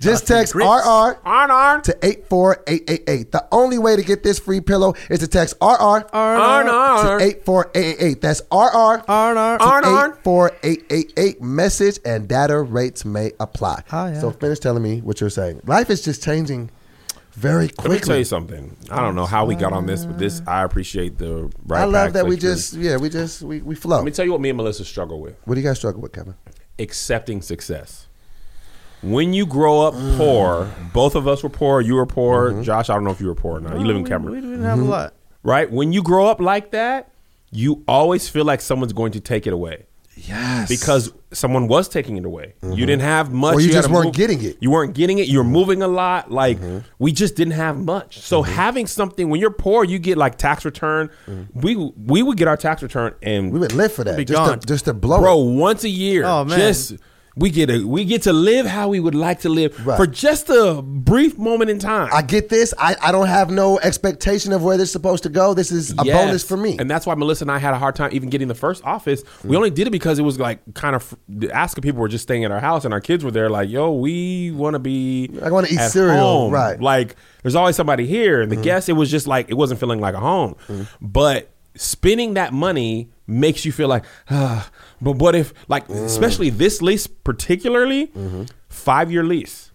[SPEAKER 3] just text
[SPEAKER 2] grits.
[SPEAKER 3] RR
[SPEAKER 1] Arn Arn.
[SPEAKER 3] to 84888. The only way to get this free pillow is to text RR
[SPEAKER 1] Arn
[SPEAKER 3] to
[SPEAKER 1] Arn.
[SPEAKER 3] 84888. That's RR
[SPEAKER 2] Arnar.
[SPEAKER 1] Arn Arn.
[SPEAKER 3] to 84888. Message and data rates may apply.
[SPEAKER 2] Oh, yeah.
[SPEAKER 3] So finish telling me what you're saying. Life is just changing very quickly.
[SPEAKER 1] Let me tell you something. I don't know how we got on this, but this I appreciate the right.
[SPEAKER 3] I love
[SPEAKER 1] Pack
[SPEAKER 3] that we
[SPEAKER 1] Sexual.
[SPEAKER 3] just, yeah, we just, we, we flow.
[SPEAKER 1] Let me tell you what me and Melissa struggle with:
[SPEAKER 3] What do you guys struggle with, Kevin?
[SPEAKER 1] accepting success. When you grow up poor, both of us were poor. You were poor,
[SPEAKER 3] Mm-hmm.
[SPEAKER 1] Josh. I don't know if you were poor or not. You live in Cameron,
[SPEAKER 2] We didn't have a lot.
[SPEAKER 1] right? When you grow up like that, you always feel like someone's going to take it away.
[SPEAKER 3] Yes. Mm-hmm.
[SPEAKER 1] because someone was taking it away. You didn't have much.
[SPEAKER 3] Or you
[SPEAKER 1] had
[SPEAKER 3] just
[SPEAKER 1] to
[SPEAKER 3] weren't getting it. Mm-hmm.
[SPEAKER 1] You weren't getting it. You're moving a lot. Like we just didn't have much. So having something when you're poor, you get like tax return. We we would get our tax return and
[SPEAKER 3] Mm-hmm. we would live for that.
[SPEAKER 2] Be
[SPEAKER 3] Just
[SPEAKER 2] gone.
[SPEAKER 3] to, just to blow
[SPEAKER 1] bro
[SPEAKER 3] it.
[SPEAKER 1] once a year.
[SPEAKER 2] Oh, man.
[SPEAKER 1] just we get a we get to live how we would like to live
[SPEAKER 3] Right.
[SPEAKER 1] for just a brief moment in time.
[SPEAKER 3] I get this. I, I don't have no expectation of where this is supposed to go. This is a
[SPEAKER 1] Yes.
[SPEAKER 3] bonus for me.
[SPEAKER 1] And that's why Melissa and I had a hard time even getting the first office. We only did it because it was like kind of asking people were just staying at our house and our kids were there like, yo, we want to be.
[SPEAKER 3] I wanna eat
[SPEAKER 1] at
[SPEAKER 3] cereal,
[SPEAKER 1] home.
[SPEAKER 3] right.
[SPEAKER 1] Like there's always somebody here. And the guests, it was just like, it wasn't feeling like a home. But spending that money makes you feel like, <sighs> ah, but what if, like, especially this lease particularly, five year lease.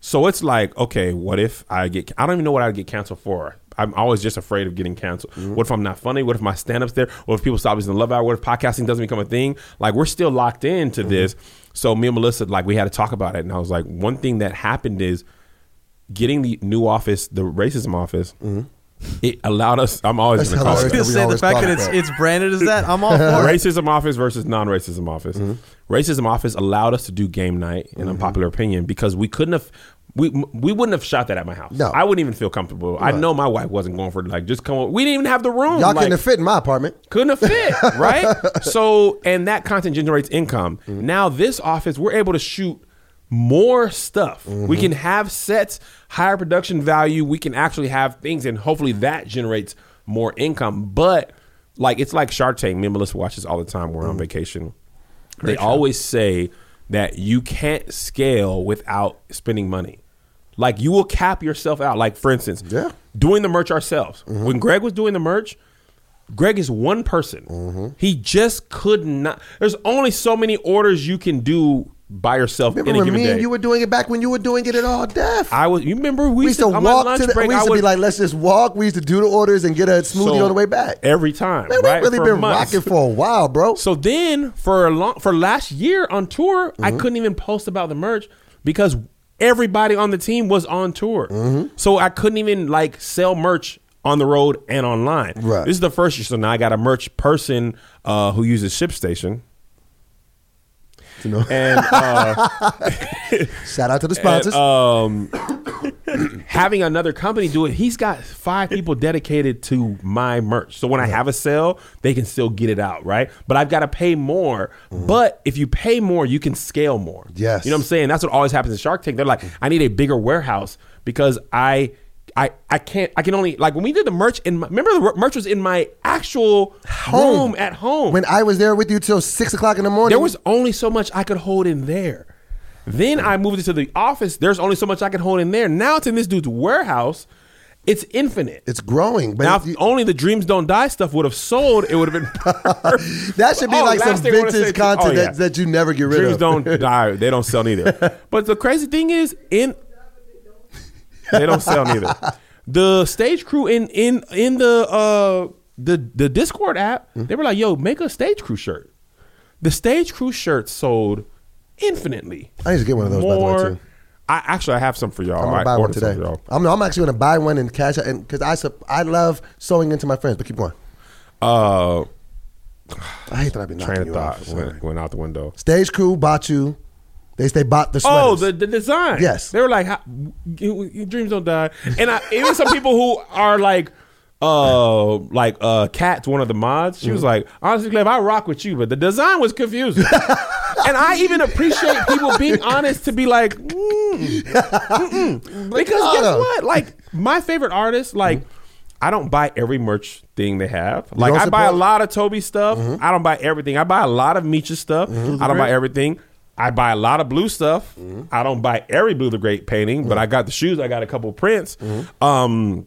[SPEAKER 1] So it's like, okay, what if I get? I don't even know what I would get canceled for. I'm always just afraid of getting canceled. What if I'm not funny? What if my stand ups there? What if people stop listening to Love Hour? What if podcasting doesn't become a thing? Like we're still locked into this. So me and Melissa, like we had to talk about it, and I was like, one thing that happened is getting the new office, the racism office. It allowed us. I'm always
[SPEAKER 3] That's
[SPEAKER 1] going to call
[SPEAKER 3] hilarious.
[SPEAKER 1] it
[SPEAKER 2] Just
[SPEAKER 3] we
[SPEAKER 2] say the
[SPEAKER 3] always
[SPEAKER 2] fact
[SPEAKER 3] thought
[SPEAKER 2] that
[SPEAKER 3] of
[SPEAKER 2] it's
[SPEAKER 3] that.
[SPEAKER 2] it's branded as that.
[SPEAKER 3] <laughs>
[SPEAKER 2] I'm all for it.
[SPEAKER 1] <laughs> racism office versus non-racism office. Racism office allowed us to do game night, in
[SPEAKER 3] Mm-hmm.
[SPEAKER 1] unpopular opinion, because we couldn't have. We, we wouldn't have shot that at my house.
[SPEAKER 3] No.
[SPEAKER 1] I wouldn't even feel comfortable. I know my wife wasn't going for it. Like, just come. Over. We didn't even have the room.
[SPEAKER 3] Y'all
[SPEAKER 1] like,
[SPEAKER 3] couldn't have fit in my apartment.
[SPEAKER 1] couldn't have fit, right? <laughs> so, and that content generates income. Now, this office, we're able to shoot more stuff. We can have sets, higher production value. We can actually have things, and hopefully that generates more income. But, like, it's like Shark Tank. Me and Melissa watch this all the time. We're on vacation. they always say that you can't scale without spending money. Like, you will cap yourself out. Like, for instance,
[SPEAKER 3] Yeah.
[SPEAKER 1] doing the merch ourselves. When Greg was doing the merch, Greg is one person.
[SPEAKER 3] Mm-hmm.
[SPEAKER 1] He just could not. There's only so many orders you can do by yourself in
[SPEAKER 3] Remember
[SPEAKER 1] a
[SPEAKER 3] when
[SPEAKER 1] given
[SPEAKER 3] me
[SPEAKER 1] day.
[SPEAKER 3] and you were doing it back when you were doing it at all deaf?
[SPEAKER 1] I was. You remember we,
[SPEAKER 3] we used
[SPEAKER 1] used
[SPEAKER 3] to
[SPEAKER 1] on my
[SPEAKER 3] walk
[SPEAKER 1] lunch
[SPEAKER 3] to the,
[SPEAKER 1] break.
[SPEAKER 3] we used
[SPEAKER 1] I
[SPEAKER 3] to
[SPEAKER 1] would
[SPEAKER 3] be like, let's just walk. We used to do the orders and get a smoothie
[SPEAKER 1] so
[SPEAKER 3] on the way back.
[SPEAKER 1] every time.
[SPEAKER 3] Man,
[SPEAKER 1] right?
[SPEAKER 3] we've really
[SPEAKER 1] For
[SPEAKER 3] been
[SPEAKER 1] months.
[SPEAKER 3] rocking for a while, bro.
[SPEAKER 1] So then for a long for last year on tour, I couldn't even post about the merch because everybody on the team was on tour. So I couldn't even like sell merch on the road and online.
[SPEAKER 3] Right.
[SPEAKER 1] This is the first year. So now I got a merch person uh, who uses ShipStation. And uh,
[SPEAKER 3] Shout out to the
[SPEAKER 1] eh,
[SPEAKER 3] sponsors.
[SPEAKER 1] having another company do it, he's got five people dedicated to my merch. So when I have a sale, they can still get it out, right? But I've got to pay more. But if you pay more, you can scale more.
[SPEAKER 3] Mm-hmm. Yes. Mm-hmm.
[SPEAKER 1] You know what I'm saying? That's what always happens in Shark Tank. They're like, I need a bigger warehouse because I. I, I can't I can only like when we did the merch in my, remember the merch was in my actual home, at home
[SPEAKER 3] when I was there with you till six o'clock in the morning,
[SPEAKER 1] there was only so much I could hold in there. Then I moved it to the office. There's only so much I could hold in there. Now it's in this dude's warehouse. It's infinite.
[SPEAKER 3] it's growing. But
[SPEAKER 1] now, oh,
[SPEAKER 3] if
[SPEAKER 1] if
[SPEAKER 3] you-
[SPEAKER 1] only the Dreams Don't Die stuff would have sold, it would have
[SPEAKER 3] <laughs>
[SPEAKER 1] been perfect.
[SPEAKER 3] that should be
[SPEAKER 1] Oh,
[SPEAKER 3] like
[SPEAKER 1] last
[SPEAKER 3] some
[SPEAKER 1] thing I wanna say
[SPEAKER 3] vintage
[SPEAKER 1] is- oh,
[SPEAKER 3] content
[SPEAKER 1] yeah.
[SPEAKER 3] that, that you never get rid
[SPEAKER 1] Dreams
[SPEAKER 3] of.
[SPEAKER 1] Don't Die, they don't sell neither. But the crazy thing is,
[SPEAKER 3] <laughs>
[SPEAKER 1] in they don't sell neither. The stage crew in in in the uh the the Discord app,
[SPEAKER 3] Hmm.
[SPEAKER 1] they were like, "Yo, make a stage crew shirt." The stage crew shirt sold infinitely.
[SPEAKER 3] <laughs> I need to get one of those, by the way, too.
[SPEAKER 1] I actually I have some for y'all.
[SPEAKER 3] I'm gonna
[SPEAKER 1] I
[SPEAKER 3] buy one
[SPEAKER 1] ordered some
[SPEAKER 3] today.
[SPEAKER 1] for y'all.
[SPEAKER 3] I'm, I'm actually gonna buy one and cash out, and because I sup- I love sewing into my friends. But keep going.
[SPEAKER 1] Uh,
[SPEAKER 3] I hate that I've been
[SPEAKER 1] train
[SPEAKER 3] knocking
[SPEAKER 1] of
[SPEAKER 3] you
[SPEAKER 1] thought
[SPEAKER 3] off.
[SPEAKER 1] went, went out the window.
[SPEAKER 3] Stage crew bought you. They they bought the sweaters.
[SPEAKER 1] Oh, the, the design.
[SPEAKER 3] Yes.
[SPEAKER 1] they were like, "How- you- "Your dreams don't die." And I, even some people who are like, uh, like uh, Kat's one of the mods. She
[SPEAKER 3] Mm-hmm.
[SPEAKER 1] was like, "Honestly, Cliff, I rock with you, but the design was
[SPEAKER 3] <laughs>
[SPEAKER 1] confusing." and I even appreciate people being honest to be like, mm, mm-mm. because guess
[SPEAKER 3] Ricardo.
[SPEAKER 1] what? Like my favorite artist, like. I don't buy every merch thing they have. Like
[SPEAKER 3] don't
[SPEAKER 1] I buy a
[SPEAKER 3] support-
[SPEAKER 1] lot of Toby stuff.
[SPEAKER 3] Mm-hmm.
[SPEAKER 1] I don't buy everything. I buy a lot of Meech's stuff. I don't buy everything. I buy a lot of blue stuff.
[SPEAKER 3] Mm-hmm.
[SPEAKER 1] I don't buy every Blue the Great painting, but I got the shoes. I got a couple prints. Um,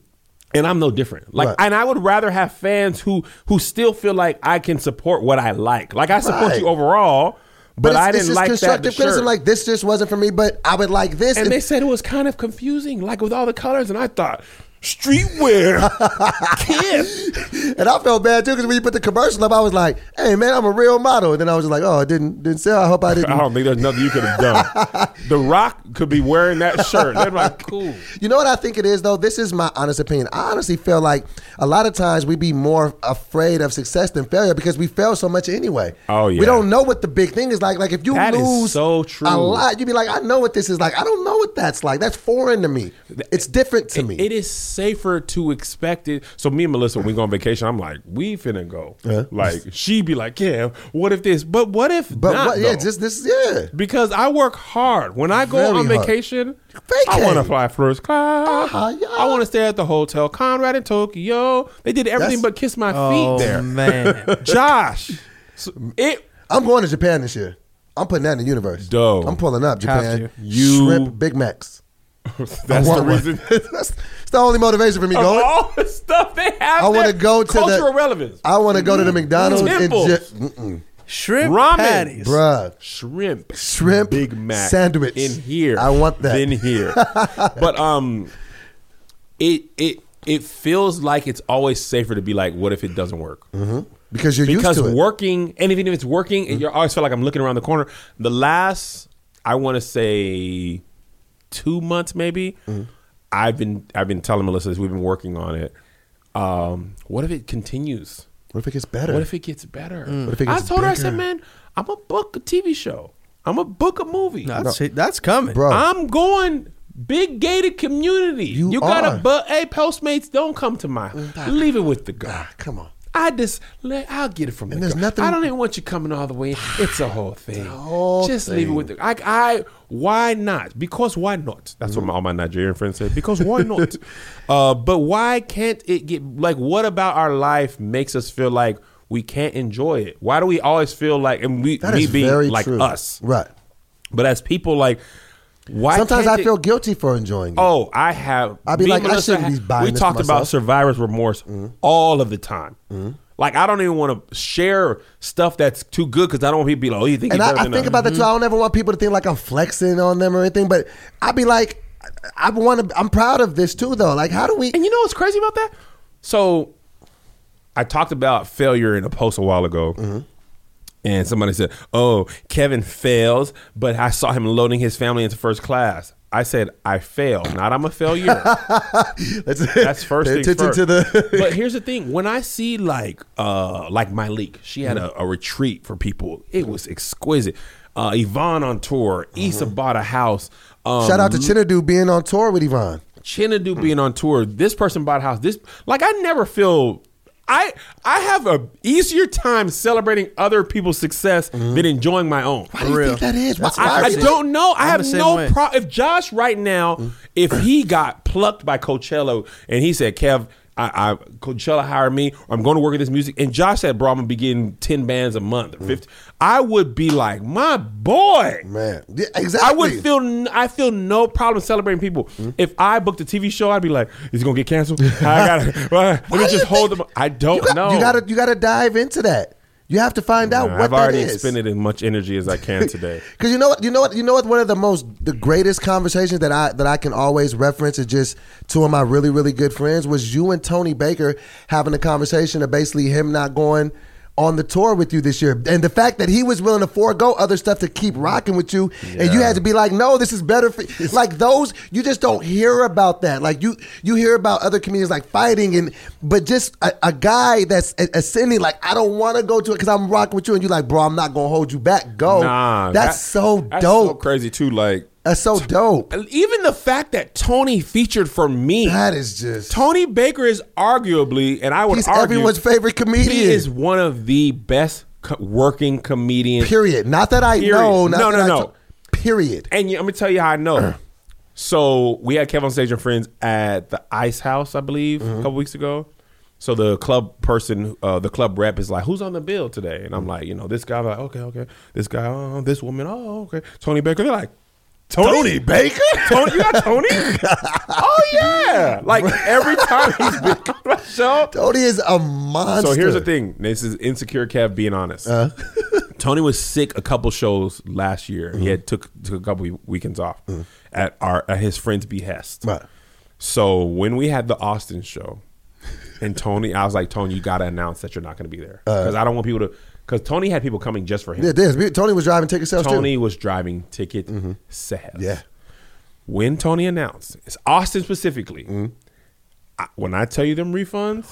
[SPEAKER 1] and I'm no different. Like,
[SPEAKER 3] Mm-hmm. Right.
[SPEAKER 1] and I would rather have fans who who still feel like I can support what I like. Like I support
[SPEAKER 3] Right.
[SPEAKER 1] you overall, but, I
[SPEAKER 3] it's-
[SPEAKER 1] didn't
[SPEAKER 3] it's just
[SPEAKER 1] like that. The
[SPEAKER 3] constructive criticism.
[SPEAKER 1] shirt.
[SPEAKER 3] Like this just wasn't for me, but I would like this.
[SPEAKER 1] and
[SPEAKER 3] if-
[SPEAKER 1] they said it was kind of confusing, like with all the colors. And I thought
[SPEAKER 3] <laughs>
[SPEAKER 1] streetwear, Kid.
[SPEAKER 3] <laughs> And I felt bad too because when you put the commercial up, I was like, "Hey man, I'm a real model." And then I was just like, "Oh, it didn't didn't sell. I hope
[SPEAKER 1] <laughs>
[SPEAKER 3] I didn't."
[SPEAKER 1] I don't think there's nothing you could have
[SPEAKER 3] <laughs>
[SPEAKER 1] done. the Rock could be wearing that shirt. They're like, cool.
[SPEAKER 3] You know what I think it is though. This is my honest opinion. I honestly feel like a lot of times we be more afraid of success than failure because we fail so much anyway.
[SPEAKER 1] Oh, yeah.
[SPEAKER 3] We don't know what the big thing is like. Like if you
[SPEAKER 1] That is
[SPEAKER 3] lose
[SPEAKER 1] so true.
[SPEAKER 3] a lot, you'd be like, "I know what this is like. I don't know what that's like. That's foreign to me. It's different to me."
[SPEAKER 1] It is safer to expect it. So me and Melissa, when we go on vacation, I'm like, we finna go. Like she be like, yeah. What if this? But what if?
[SPEAKER 3] but
[SPEAKER 1] not,
[SPEAKER 3] what, yeah,
[SPEAKER 1] though?
[SPEAKER 3] just this yeah.
[SPEAKER 1] because I work hard. When I go
[SPEAKER 3] Very
[SPEAKER 1] on
[SPEAKER 3] hard.
[SPEAKER 1] vacation, I
[SPEAKER 3] Vacay.
[SPEAKER 1] want to fly first class.
[SPEAKER 3] Uh-huh, yeah.
[SPEAKER 1] I want to stay at the hotel Conrad in Tokyo. They did everything
[SPEAKER 3] That's-
[SPEAKER 1] but kiss my
[SPEAKER 3] <laughs>
[SPEAKER 2] Oh
[SPEAKER 1] feet there.
[SPEAKER 2] man,
[SPEAKER 1] Josh, so it
[SPEAKER 3] I'm going to Japan this year. I'm putting that in the universe.
[SPEAKER 1] Dope.
[SPEAKER 3] I'm pulling up Japan.
[SPEAKER 2] to.
[SPEAKER 1] You-
[SPEAKER 3] shrimp Big Macs.
[SPEAKER 1] <laughs> that's
[SPEAKER 3] I
[SPEAKER 1] the
[SPEAKER 3] want one.
[SPEAKER 1] reason.
[SPEAKER 3] <laughs> that's, it's the only motivation for me
[SPEAKER 1] Of
[SPEAKER 3] going.
[SPEAKER 1] all the stuff they have,
[SPEAKER 3] I want
[SPEAKER 1] there,
[SPEAKER 3] to go to
[SPEAKER 1] cultural
[SPEAKER 3] the
[SPEAKER 1] relevance. Mm-hmm.
[SPEAKER 3] I want to go to the McDonald's and
[SPEAKER 1] Temples.
[SPEAKER 3] ju- Mm-mm. <laughs>
[SPEAKER 2] shrimp
[SPEAKER 1] Ramen,
[SPEAKER 2] patties.
[SPEAKER 3] bruh.
[SPEAKER 1] shrimp,
[SPEAKER 3] Shrimp
[SPEAKER 1] Big Mac
[SPEAKER 3] sandwich
[SPEAKER 1] in here.
[SPEAKER 3] I want that.
[SPEAKER 1] in
[SPEAKER 3] <laughs>
[SPEAKER 1] here. but um, it it it feels like it's always safer to be like, what if it doesn't work?
[SPEAKER 3] because
[SPEAKER 1] Because
[SPEAKER 3] you're used Mm-hmm. to it. Mm-hmm.
[SPEAKER 1] working, and even if it's working, you always feel like I'm looking around the corner. The last, I want to say, two months maybe,
[SPEAKER 3] Mm-hmm.
[SPEAKER 1] I've been I've been telling Melissa this. We've been working on it. Um, what if it continues?
[SPEAKER 3] What if it gets better?
[SPEAKER 1] What if it gets better?
[SPEAKER 3] What if it gets
[SPEAKER 1] I told her, I said,
[SPEAKER 3] bigger?
[SPEAKER 1] man, I'm gonna book a TV show. I'm gonna book a movie.
[SPEAKER 2] That's that's coming,
[SPEAKER 3] Bro.
[SPEAKER 1] I'm going big gated community. You,
[SPEAKER 3] You
[SPEAKER 1] gotta,
[SPEAKER 3] are. Mm,
[SPEAKER 1] but hey, Postmates, don't come to my. Leave it with the guy.
[SPEAKER 3] Ah, Come on.
[SPEAKER 1] I just, let, I'll get it from the
[SPEAKER 3] there's
[SPEAKER 1] guy.
[SPEAKER 3] nothing-
[SPEAKER 1] I don't even want you coming all the way.
[SPEAKER 3] <sighs>
[SPEAKER 1] in. It's a whole thing.
[SPEAKER 3] whole
[SPEAKER 1] just leave it with the. I, I, why not? Because why not? That's
[SPEAKER 3] Mm.
[SPEAKER 1] what my, all my Nigerian friends say. Because why
[SPEAKER 3] <laughs>
[SPEAKER 1] not? uh, but why can't it get like? What about our life makes us feel like we can't enjoy it? Why do we always feel like and we
[SPEAKER 3] That
[SPEAKER 1] we
[SPEAKER 3] is
[SPEAKER 1] being
[SPEAKER 3] very
[SPEAKER 1] like
[SPEAKER 3] true.
[SPEAKER 1] us?
[SPEAKER 3] Right.
[SPEAKER 1] But as people like, why?
[SPEAKER 3] Sometimes
[SPEAKER 1] can't
[SPEAKER 3] I
[SPEAKER 1] it-
[SPEAKER 3] feel guilty for enjoying it.
[SPEAKER 1] Oh, I have.
[SPEAKER 3] I'd be
[SPEAKER 1] me
[SPEAKER 3] like,
[SPEAKER 1] and
[SPEAKER 3] I shouldn't
[SPEAKER 1] ha-
[SPEAKER 3] be buying
[SPEAKER 1] We
[SPEAKER 3] this
[SPEAKER 1] talked
[SPEAKER 3] for
[SPEAKER 1] about
[SPEAKER 3] myself. Mm-hmm.
[SPEAKER 1] survivor's remorse all of the time. Like I don't even want to share stuff that's too good because I don't want people to be like, "Oh, you think?"
[SPEAKER 3] and
[SPEAKER 1] you're
[SPEAKER 3] I,
[SPEAKER 1] better Mm-hmm.
[SPEAKER 3] I
[SPEAKER 1] than
[SPEAKER 3] think
[SPEAKER 1] us.
[SPEAKER 3] about that too. I don't ever want people to think like I'm flexing on them or anything, but I'd be like, I, I want to. I'm proud of this too, though. Like, how do we? <laughs>
[SPEAKER 1] And you know what's crazy about that? So I talked about failure in a post a while ago.
[SPEAKER 3] Mm-hmm.
[SPEAKER 1] And somebody said, "Oh, Kevin fails, but I saw him loading his family into first class." I said, "I fail, not I'm a
[SPEAKER 3] <laughs>
[SPEAKER 1] failure."
[SPEAKER 3] That's,
[SPEAKER 1] That's first
[SPEAKER 3] Pay
[SPEAKER 1] things
[SPEAKER 3] attention
[SPEAKER 1] first.
[SPEAKER 3] to the.
[SPEAKER 1] <laughs> but here's the thing: when I see like uh like my leak, she had
[SPEAKER 3] Mm-hmm.
[SPEAKER 1] a, a retreat for people. It was exquisite. Uh, Yvonne on tour. Issa bought a house. Um,
[SPEAKER 3] <laughs> Mm-hmm. Shout Mm. out to Chinadu being on tour with Yvonne.
[SPEAKER 1] Chinadu being on tour. This person bought a house. This like I never feel. I I have a easier time celebrating other people's success
[SPEAKER 3] Mm-hmm.
[SPEAKER 1] than enjoying my own.
[SPEAKER 3] Why do you think that is? Why,
[SPEAKER 1] I,
[SPEAKER 3] why
[SPEAKER 1] I
[SPEAKER 3] is it-
[SPEAKER 1] don't know. I
[SPEAKER 2] I'm
[SPEAKER 1] have
[SPEAKER 2] the same
[SPEAKER 1] no
[SPEAKER 2] way.
[SPEAKER 1] pro. If Josh right now, if he got plucked by Coachella and he said, "Kev, I, I Coachella hired me. I'm going to work at this music," and Josh said, "Bro, I'm gonna be getting ten bands a month or 50, I would be like, "My boy."
[SPEAKER 3] Man, Yeah, exactly. Hmm?
[SPEAKER 1] I would feel n- I feel no problem celebrating people. If I booked a TV show, I'd be like, "Is it gonna get canceled? I gotta <laughs> let me
[SPEAKER 3] do you
[SPEAKER 1] just hold
[SPEAKER 3] think-
[SPEAKER 1] them." I don't
[SPEAKER 3] you got,
[SPEAKER 1] know.
[SPEAKER 3] You gotta you gotta dive into that. You have to find out what
[SPEAKER 1] I've
[SPEAKER 3] that
[SPEAKER 1] already
[SPEAKER 3] is.
[SPEAKER 1] expended as much energy as I
[SPEAKER 3] <laughs>
[SPEAKER 1] can today.
[SPEAKER 3] Because you know what, you know what, you know what. One of the most, the greatest conversations that I that I can always reference is just two of my really, really good friends was you and Tony Baker having a conversation of basically him not going on the tour with you this year. And the fact that he was willing to forego other stuff to keep rocking with you, and you had to be like, no, this is better for like those. You just don't hear about that. Like you, you hear about other comedians like fighting, and but just a, a guy that's a- ascending. Like I don't want to go to it because I'm rocking with you, and you're like, bro, I'm not gonna hold you back. Go.
[SPEAKER 1] Nah,
[SPEAKER 3] that's
[SPEAKER 1] that-
[SPEAKER 3] so
[SPEAKER 1] Oh, that's
[SPEAKER 3] Oh,
[SPEAKER 1] so
[SPEAKER 3] dope.
[SPEAKER 1] crazy too. Like
[SPEAKER 3] That's so dope.
[SPEAKER 1] even the fact that Tony featured for me.
[SPEAKER 3] That is just
[SPEAKER 1] Tony Baker is arguably, and I would
[SPEAKER 3] He's
[SPEAKER 1] argue,
[SPEAKER 3] everyone's favorite comedian.
[SPEAKER 1] He is one of the best co- working comedians.
[SPEAKER 3] Period. Not that I
[SPEAKER 1] Period.
[SPEAKER 3] know. Not
[SPEAKER 1] No,
[SPEAKER 3] that
[SPEAKER 1] no,
[SPEAKER 3] I
[SPEAKER 1] no.
[SPEAKER 3] talk- period.
[SPEAKER 1] And yeah, I'm gonna tell you how I <clears throat> know. so we had Kev on stage and friends at the Ice House, I believe, a couple weeks ago. So the club person, uh, the club rep is like, "Who's on the bill today?" And I'm like, "You know, this guy." I'm like, "Okay, okay." This guy, oh, this woman, oh, okay. Tony Baker. They're like, "Tony, Baker, <laughs> Tony, you got <laughs> Tony? oh yeah!" Like every time he's been on my show,
[SPEAKER 3] Tony is a monster.
[SPEAKER 1] so here's the thing. This is insecure Kev being honest.
[SPEAKER 3] Uh-huh.
[SPEAKER 1] <laughs> Tony was sick a couple shows last year. He
[SPEAKER 3] Mm-hmm.
[SPEAKER 1] had took took a couple weekends off at our at his friend's behest.
[SPEAKER 3] Right.
[SPEAKER 1] So when we had the Austin show, and Tony, I was like, Tony, you got to announce that you're not going to be there because I don't want people to. Because Tony had people coming just for him.
[SPEAKER 3] Uh-huh. Yeah, this- Tony was driving ticket sales
[SPEAKER 1] Tony
[SPEAKER 3] too.
[SPEAKER 1] was driving ticket sales.
[SPEAKER 3] Mm-hmm. Yeah.
[SPEAKER 1] When Tony announced, it's Austin specifically.
[SPEAKER 3] Mm-hmm.
[SPEAKER 1] I, when I tell you them refunds,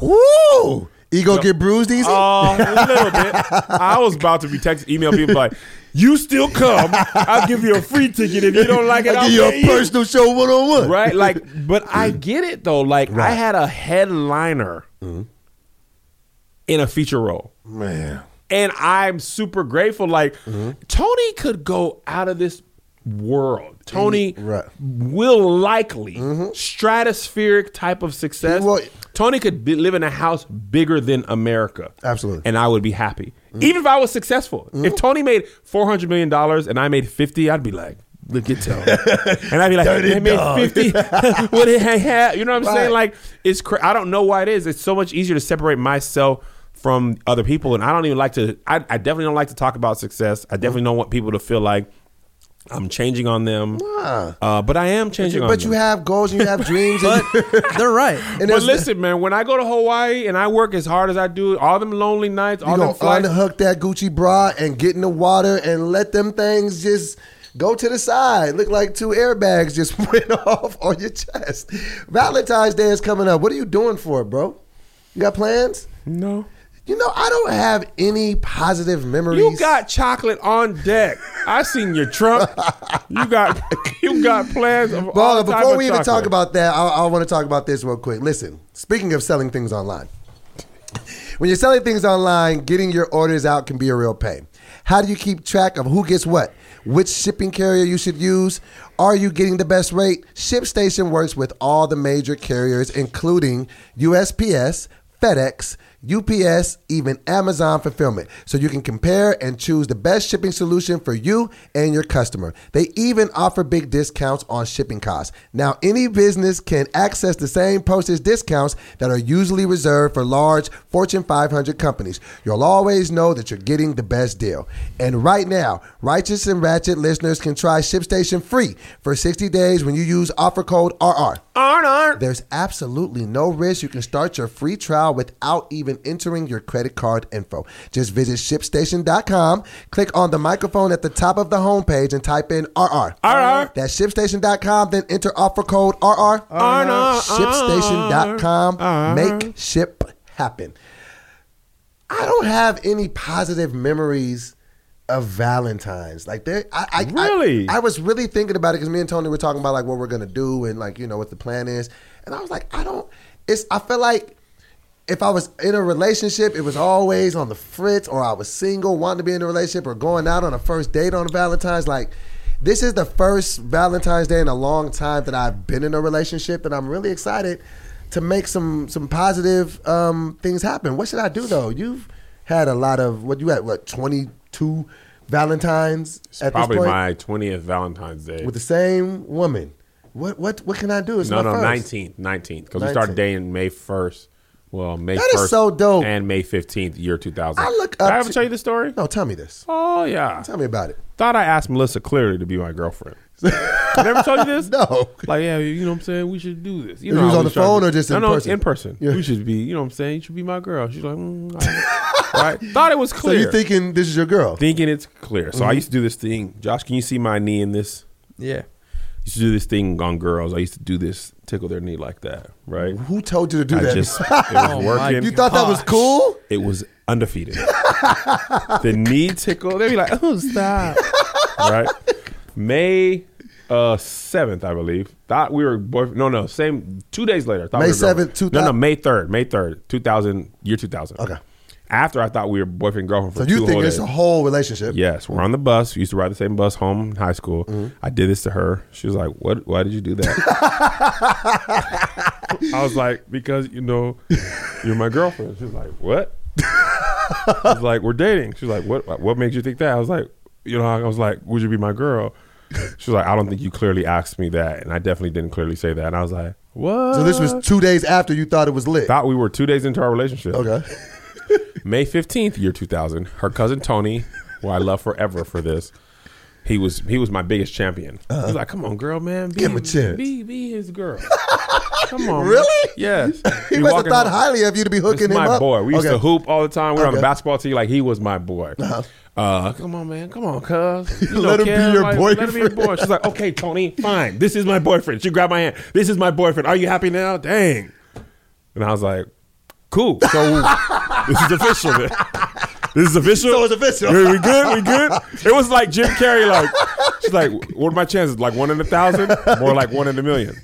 [SPEAKER 3] Woo! Ego get bruised easy.
[SPEAKER 1] Uh, a little bit. I was about to be text email people like, "You still come? I'll give you a free ticket if you don't like it.
[SPEAKER 3] I
[SPEAKER 1] I'll
[SPEAKER 3] give you
[SPEAKER 1] pay
[SPEAKER 3] a Mm-hmm. personal show one on one.
[SPEAKER 1] Right? Like, but I get it though. Like, I had a headliner
[SPEAKER 3] Mm-hmm.
[SPEAKER 1] in a feature role,
[SPEAKER 3] man.
[SPEAKER 1] and I'm super grateful. Like,
[SPEAKER 3] Mm-hmm.
[SPEAKER 1] Tony could go out of this world. Tony
[SPEAKER 3] Mm, Right. Mm-hmm.
[SPEAKER 1] will likely stratospheric type of success.
[SPEAKER 3] He will.
[SPEAKER 1] Tony could be, live in a house bigger than America.
[SPEAKER 3] Absolutely.
[SPEAKER 1] And I would be happy.
[SPEAKER 3] Mm-hmm.
[SPEAKER 1] Even if I was successful. If Tony made $400 million and I made 50, I'd be like, look at
[SPEAKER 3] <laughs>
[SPEAKER 1] Tony. and I'd be like,
[SPEAKER 3] Dirty
[SPEAKER 1] they made
[SPEAKER 3] dog."
[SPEAKER 1] 50. <laughs> what it had, had- You know what I'm saying?
[SPEAKER 3] Right.
[SPEAKER 1] Like, it's cra- I don't know why it is. It's so much easier to separate myself from other people. And I don't even like to, I, I definitely don't like to talk about success. I definitely don't want people to feel like I'm changing on them.
[SPEAKER 3] Nah.
[SPEAKER 1] Uh, but I am changing on
[SPEAKER 3] But
[SPEAKER 1] them.
[SPEAKER 3] you have goals and you
[SPEAKER 1] <laughs>
[SPEAKER 3] have dreams. and <laughs>
[SPEAKER 2] They're right.
[SPEAKER 3] and
[SPEAKER 1] But
[SPEAKER 3] there's-
[SPEAKER 1] listen, man, when I go to Hawaii and I work as hard as I do, all them lonely nights, all
[SPEAKER 3] you
[SPEAKER 1] them
[SPEAKER 3] gonna
[SPEAKER 1] flights,
[SPEAKER 3] unhook that Gucci bra and get in the water and let them things just go to the side. Look like two airbags just <laughs> went off on your chest. Valentine's Day is coming up. What are you doing for it, bro? You got plans?
[SPEAKER 1] no.
[SPEAKER 3] You know, I don't have any positive memories.
[SPEAKER 1] You got chocolate on deck. I seen your
[SPEAKER 3] <laughs>
[SPEAKER 1] trunk. You got you got plans of all
[SPEAKER 3] Well,
[SPEAKER 1] type
[SPEAKER 3] before
[SPEAKER 1] of
[SPEAKER 3] we even talk
[SPEAKER 1] chocolate.
[SPEAKER 3] about that, I, I want to talk about this real quick. Listen, speaking of selling things online, <laughs> when you're selling things online, getting your orders out can be a real pain. How do you keep track of who gets what? Which shipping carrier you should use? Are you getting the best rate? ShipStation works with all the major carriers, including USPS, FedEx, UPS, even Amazon Fulfillment, so you can compare and choose the best shipping solution for you and your customer. They even offer big discounts on shipping costs. Now, any business can access the same postage discounts that are usually reserved for large Fortune 500 companies. You'll always know that you're getting the best deal. And right now, Righteous and Ratchet listeners can try ShipStation free for 60 days when you use offer code RR.
[SPEAKER 1] Arn, arn.
[SPEAKER 3] There's absolutely no risk. You can start your free trial without even entering your credit card info. Just visit shipstation.com, click on the microphone at the top of the homepage, and type in RR.
[SPEAKER 1] RR.
[SPEAKER 3] That's shipstation.com, then enter offer code RR.
[SPEAKER 1] RR.
[SPEAKER 3] Shipstation.com. Make ship happen. I don't have any positive memories of Valentine's. Like there, I, I I-
[SPEAKER 1] Really?
[SPEAKER 3] I, was really thinking about it because me and Tony were talking about like what we're gonna do and like you know what the plan is, and I was like, I don't. It's I feel like if I was in a relationship, it was always on the fritz, or I was single, wanting to be in a relationship, or going out on a first date on Valentine's. Like this is the first Valentine's Day in a long time that I've been in a relationship, and I'm really excited to make some some positive um, things happen. What should I do though? You've had a lot of what you had what twenty two Valentines at
[SPEAKER 1] Probably
[SPEAKER 3] this point
[SPEAKER 1] my twentieth Valentine's Day.
[SPEAKER 3] with the same woman. What what what can I do? It's
[SPEAKER 1] no,
[SPEAKER 3] my
[SPEAKER 1] no,
[SPEAKER 3] first.
[SPEAKER 1] nineteenth, nineteenth, because we
[SPEAKER 3] 19th.
[SPEAKER 1] started dating May first. Well, May
[SPEAKER 3] That is
[SPEAKER 1] first,
[SPEAKER 3] so dope.
[SPEAKER 1] and May fifteenth, year two thousand.
[SPEAKER 3] I look
[SPEAKER 1] Did
[SPEAKER 3] up
[SPEAKER 1] I ever
[SPEAKER 3] to-
[SPEAKER 1] tell you the story?
[SPEAKER 3] No, tell me this.
[SPEAKER 1] Oh yeah.
[SPEAKER 3] Tell me about it.
[SPEAKER 1] Thought I asked Melissa clearly to be my girlfriend. Never told you this?
[SPEAKER 3] <laughs> No.
[SPEAKER 1] Like, yeah, you know what I'm saying? We should do this. You
[SPEAKER 3] You
[SPEAKER 1] know,
[SPEAKER 3] was
[SPEAKER 1] I
[SPEAKER 3] on the
[SPEAKER 1] trying
[SPEAKER 3] phone
[SPEAKER 1] to-
[SPEAKER 3] or just
[SPEAKER 1] No,
[SPEAKER 3] in
[SPEAKER 1] no,
[SPEAKER 3] person?
[SPEAKER 1] in person.
[SPEAKER 3] Yeah.
[SPEAKER 1] We should be, you know what I'm saying? You should be my girl. She's like, mm, all right. right? Thought it was
[SPEAKER 3] So
[SPEAKER 1] clear.
[SPEAKER 3] you Mm-hmm. thinking this is your girl?
[SPEAKER 1] thinking it's clear. So I used to do this thing. Josh, can you see my knee in this?
[SPEAKER 2] Yeah.
[SPEAKER 1] used to do this thing on girls. I used to do this, tickle their knee like that, right?
[SPEAKER 3] Who told you to do
[SPEAKER 1] I
[SPEAKER 3] that? <laughs> Oh
[SPEAKER 1] just it was
[SPEAKER 2] my
[SPEAKER 1] working.
[SPEAKER 3] you thought that was
[SPEAKER 2] Gosh.
[SPEAKER 3] cool?
[SPEAKER 1] it was undefeated. the knee tickle. They'd be like, "Oh, stop!" right? May uh, seventh, I believe. Thought we were boy. No, no. Same. Two days later. Thought
[SPEAKER 3] May
[SPEAKER 1] we were
[SPEAKER 3] 7th,
[SPEAKER 1] girlfriend. No, no. May third. May third, two thousand. Year two thousand.
[SPEAKER 3] Okay.
[SPEAKER 1] After I thought we were boyfriend girlfriend for
[SPEAKER 3] So
[SPEAKER 1] two
[SPEAKER 3] you think
[SPEAKER 1] whole
[SPEAKER 3] it's
[SPEAKER 1] days.
[SPEAKER 3] a whole relationship?
[SPEAKER 1] Yes, we're on the bus. We used to ride the same bus home in high school.
[SPEAKER 3] Mm-hmm.
[SPEAKER 1] I did this to her. She was like, "What? Why did you do that?"
[SPEAKER 3] <laughs>
[SPEAKER 1] I was like, "Because you know, you're my girlfriend." She was like, "What?" I was like, "We're dating." She was like, "What? What makes you think that?" I was like, "You know," I was like, "Would you be my girl?" She was like, "I don't think you clearly asked me that, and I definitely didn't clearly say that." And I was like, "What?"
[SPEAKER 3] So this was two days after you thought it was lit.
[SPEAKER 1] thought we were two days into our relationship.
[SPEAKER 3] Okay. <laughs>
[SPEAKER 1] May 15th, year 2000, her cousin Tony, who I love forever for this, he was he was my biggest champion. He was like, "Come on, girl, man, be,
[SPEAKER 3] Uh-huh. Give him a chance."
[SPEAKER 1] Be be his
[SPEAKER 3] <laughs>
[SPEAKER 1] girl. Come on, man."
[SPEAKER 3] Really?
[SPEAKER 1] Yes.
[SPEAKER 3] <laughs> He
[SPEAKER 1] We
[SPEAKER 3] must have
[SPEAKER 1] walking
[SPEAKER 3] thought
[SPEAKER 1] home.
[SPEAKER 3] highly of you to be
[SPEAKER 1] This
[SPEAKER 3] hooking him
[SPEAKER 1] my
[SPEAKER 3] up.
[SPEAKER 1] boy. We used
[SPEAKER 3] Okay.
[SPEAKER 1] to hoop all the time. We were on the
[SPEAKER 3] Okay. Uh-huh.
[SPEAKER 1] basketball team. Like he was my boy. uh come on, man. Come on,
[SPEAKER 3] <laughs>
[SPEAKER 1] cuz. You
[SPEAKER 3] Let him be
[SPEAKER 1] Kev,
[SPEAKER 3] your
[SPEAKER 1] like, Let him be your
[SPEAKER 3] boyfriend.
[SPEAKER 1] boy. She's like, okay, Tony, fine. This is my boyfriend. She grabbed my hand. This is my boyfriend. Are you happy now? Dang. And I was like, cool. So <laughs> this is official. Then. This is official.
[SPEAKER 3] So it's official.
[SPEAKER 1] We, we good. We good. It was like Jim Carrey. Like she's like, what are my chances? Like one in a thousand, or like one in a million?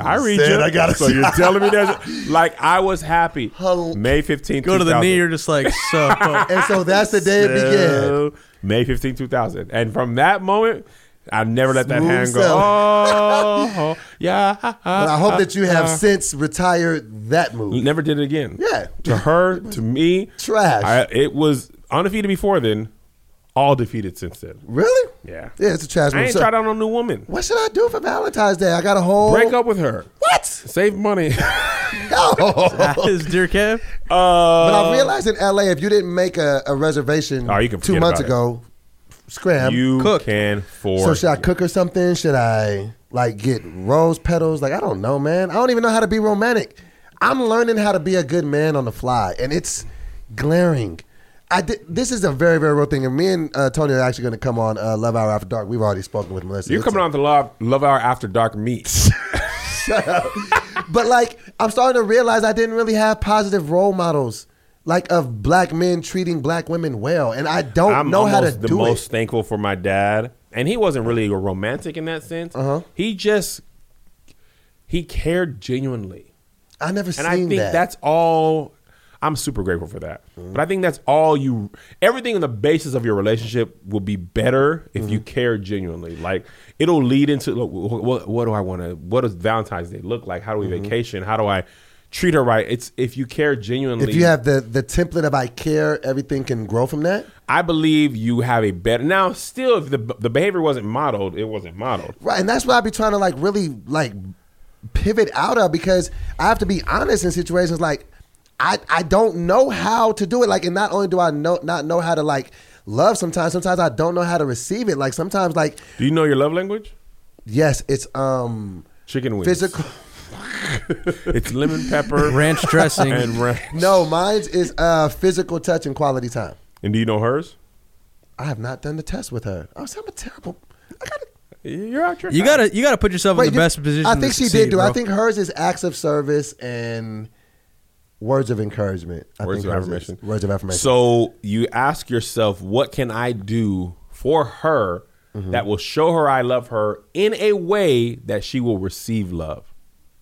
[SPEAKER 1] I read
[SPEAKER 3] Said
[SPEAKER 1] you.
[SPEAKER 3] I gotta
[SPEAKER 1] so
[SPEAKER 3] see- <laughs>
[SPEAKER 1] you're telling me that? Like I was happy.
[SPEAKER 3] Hel-
[SPEAKER 1] May fifteenth.
[SPEAKER 2] Go to the knee, you're just like,
[SPEAKER 3] <laughs>
[SPEAKER 2] so.
[SPEAKER 3] And so that's the day it began.
[SPEAKER 1] So, May 15, 2000. And from that moment, I never let that
[SPEAKER 3] Smooth
[SPEAKER 1] hand go.
[SPEAKER 3] sailing.
[SPEAKER 1] Oh, oh, <laughs> yeah. ha, ha,
[SPEAKER 3] But I hope that you have
[SPEAKER 1] ha."
[SPEAKER 3] since retired that move.
[SPEAKER 1] Never did it again.
[SPEAKER 3] Yeah.
[SPEAKER 1] <laughs> To her, to me.
[SPEAKER 3] <laughs> Trash.
[SPEAKER 1] I, it was undefeated before then, all defeated since then.
[SPEAKER 3] Really?
[SPEAKER 1] Yeah.
[SPEAKER 3] Yeah, it's a trash
[SPEAKER 1] I
[SPEAKER 3] move.
[SPEAKER 1] ain't
[SPEAKER 3] So
[SPEAKER 1] tried out on a new woman.
[SPEAKER 3] what should I do for Valentine's Day? I got a whole
[SPEAKER 1] Break up with her.
[SPEAKER 3] What?
[SPEAKER 1] Save
[SPEAKER 3] <laughs>
[SPEAKER 1] money. <laughs> Oh.
[SPEAKER 3] No.
[SPEAKER 2] <laughs> Is Dear Kev?
[SPEAKER 3] <laughs> But I realized in LA, if you didn't make a, a reservation
[SPEAKER 1] Oh, you can
[SPEAKER 3] two
[SPEAKER 1] forget
[SPEAKER 3] months
[SPEAKER 1] about
[SPEAKER 3] ago, scram.
[SPEAKER 1] you
[SPEAKER 2] cooked.
[SPEAKER 1] can for
[SPEAKER 3] so should I cook or something? Should I like get rose petals? Like I don't know, man. I don't even know how to be romantic. I'm learning how to be a good man on the fly, and it's glaring. I did, this is a very very real thing, and me and uh, Tony are actually going to come on uh, Love Hour After Dark. We've already spoken with Melissa.
[SPEAKER 1] You're
[SPEAKER 3] It's-
[SPEAKER 1] coming on to love, love Hour After Dark Meets.
[SPEAKER 3] but like I'm starting to realize I didn't really have positive role models like of black men treating black women well, and I don't
[SPEAKER 1] I'm
[SPEAKER 3] know how to
[SPEAKER 1] almost the
[SPEAKER 3] do
[SPEAKER 1] most
[SPEAKER 3] it.
[SPEAKER 1] thankful for my dad, and he wasn't really a romantic in that sense.
[SPEAKER 3] Uh-huh.
[SPEAKER 1] He just he cared genuinely,
[SPEAKER 3] I never
[SPEAKER 1] and
[SPEAKER 3] seen
[SPEAKER 1] I think
[SPEAKER 3] that. Mm-hmm.
[SPEAKER 1] that's all. I'm super grateful for that. But I think that's all you. Everything on the basis of your relationship will be better if
[SPEAKER 3] Mm-hmm.
[SPEAKER 1] you care genuinely. Like it'll lead into look, what, what do I want to? What does Valentine's Day look like? How do we vacation? How do I treat her right? It's if you care genuinely.
[SPEAKER 3] Mm-hmm. if you have the the template of I care, everything can grow from that.
[SPEAKER 1] I believe you have a better. Now, still, if the the behavior wasn't modeled, it wasn't modeled.
[SPEAKER 3] Right, and that's what I be trying to like really like pivot out of because I have to be honest in situations like I I don't know how to do it. Like, and not only do I know not know how to like love sometimes, sometimes I don't know how to receive it. Like sometimes like
[SPEAKER 1] Do you know your love language?
[SPEAKER 3] yes, it's um
[SPEAKER 1] Chicken wings.
[SPEAKER 3] physical <laughs>
[SPEAKER 1] It's lemon pepper,
[SPEAKER 2] <laughs> Ranch dressing.
[SPEAKER 1] and ranch.
[SPEAKER 3] No, mine's is uh physical touch and quality time.
[SPEAKER 1] And do you know hers?
[SPEAKER 3] I have not done the test with her. I was, I'm a terrible I gotta
[SPEAKER 1] You're out your.
[SPEAKER 2] You gotta, you gotta put yourself in the
[SPEAKER 3] you-
[SPEAKER 2] best position.
[SPEAKER 3] I
[SPEAKER 2] to
[SPEAKER 3] think she
[SPEAKER 2] succeed,
[SPEAKER 3] did do. I
[SPEAKER 2] bro.
[SPEAKER 3] think hers is acts of service and words of encouragement. I
[SPEAKER 1] Words
[SPEAKER 3] think
[SPEAKER 1] of
[SPEAKER 3] hers is-
[SPEAKER 1] affirmation.
[SPEAKER 3] Words of affirmation.
[SPEAKER 1] So you ask yourself, what can I do for her
[SPEAKER 3] Mm-hmm.
[SPEAKER 1] that will show her I love her in a way that she will receive love?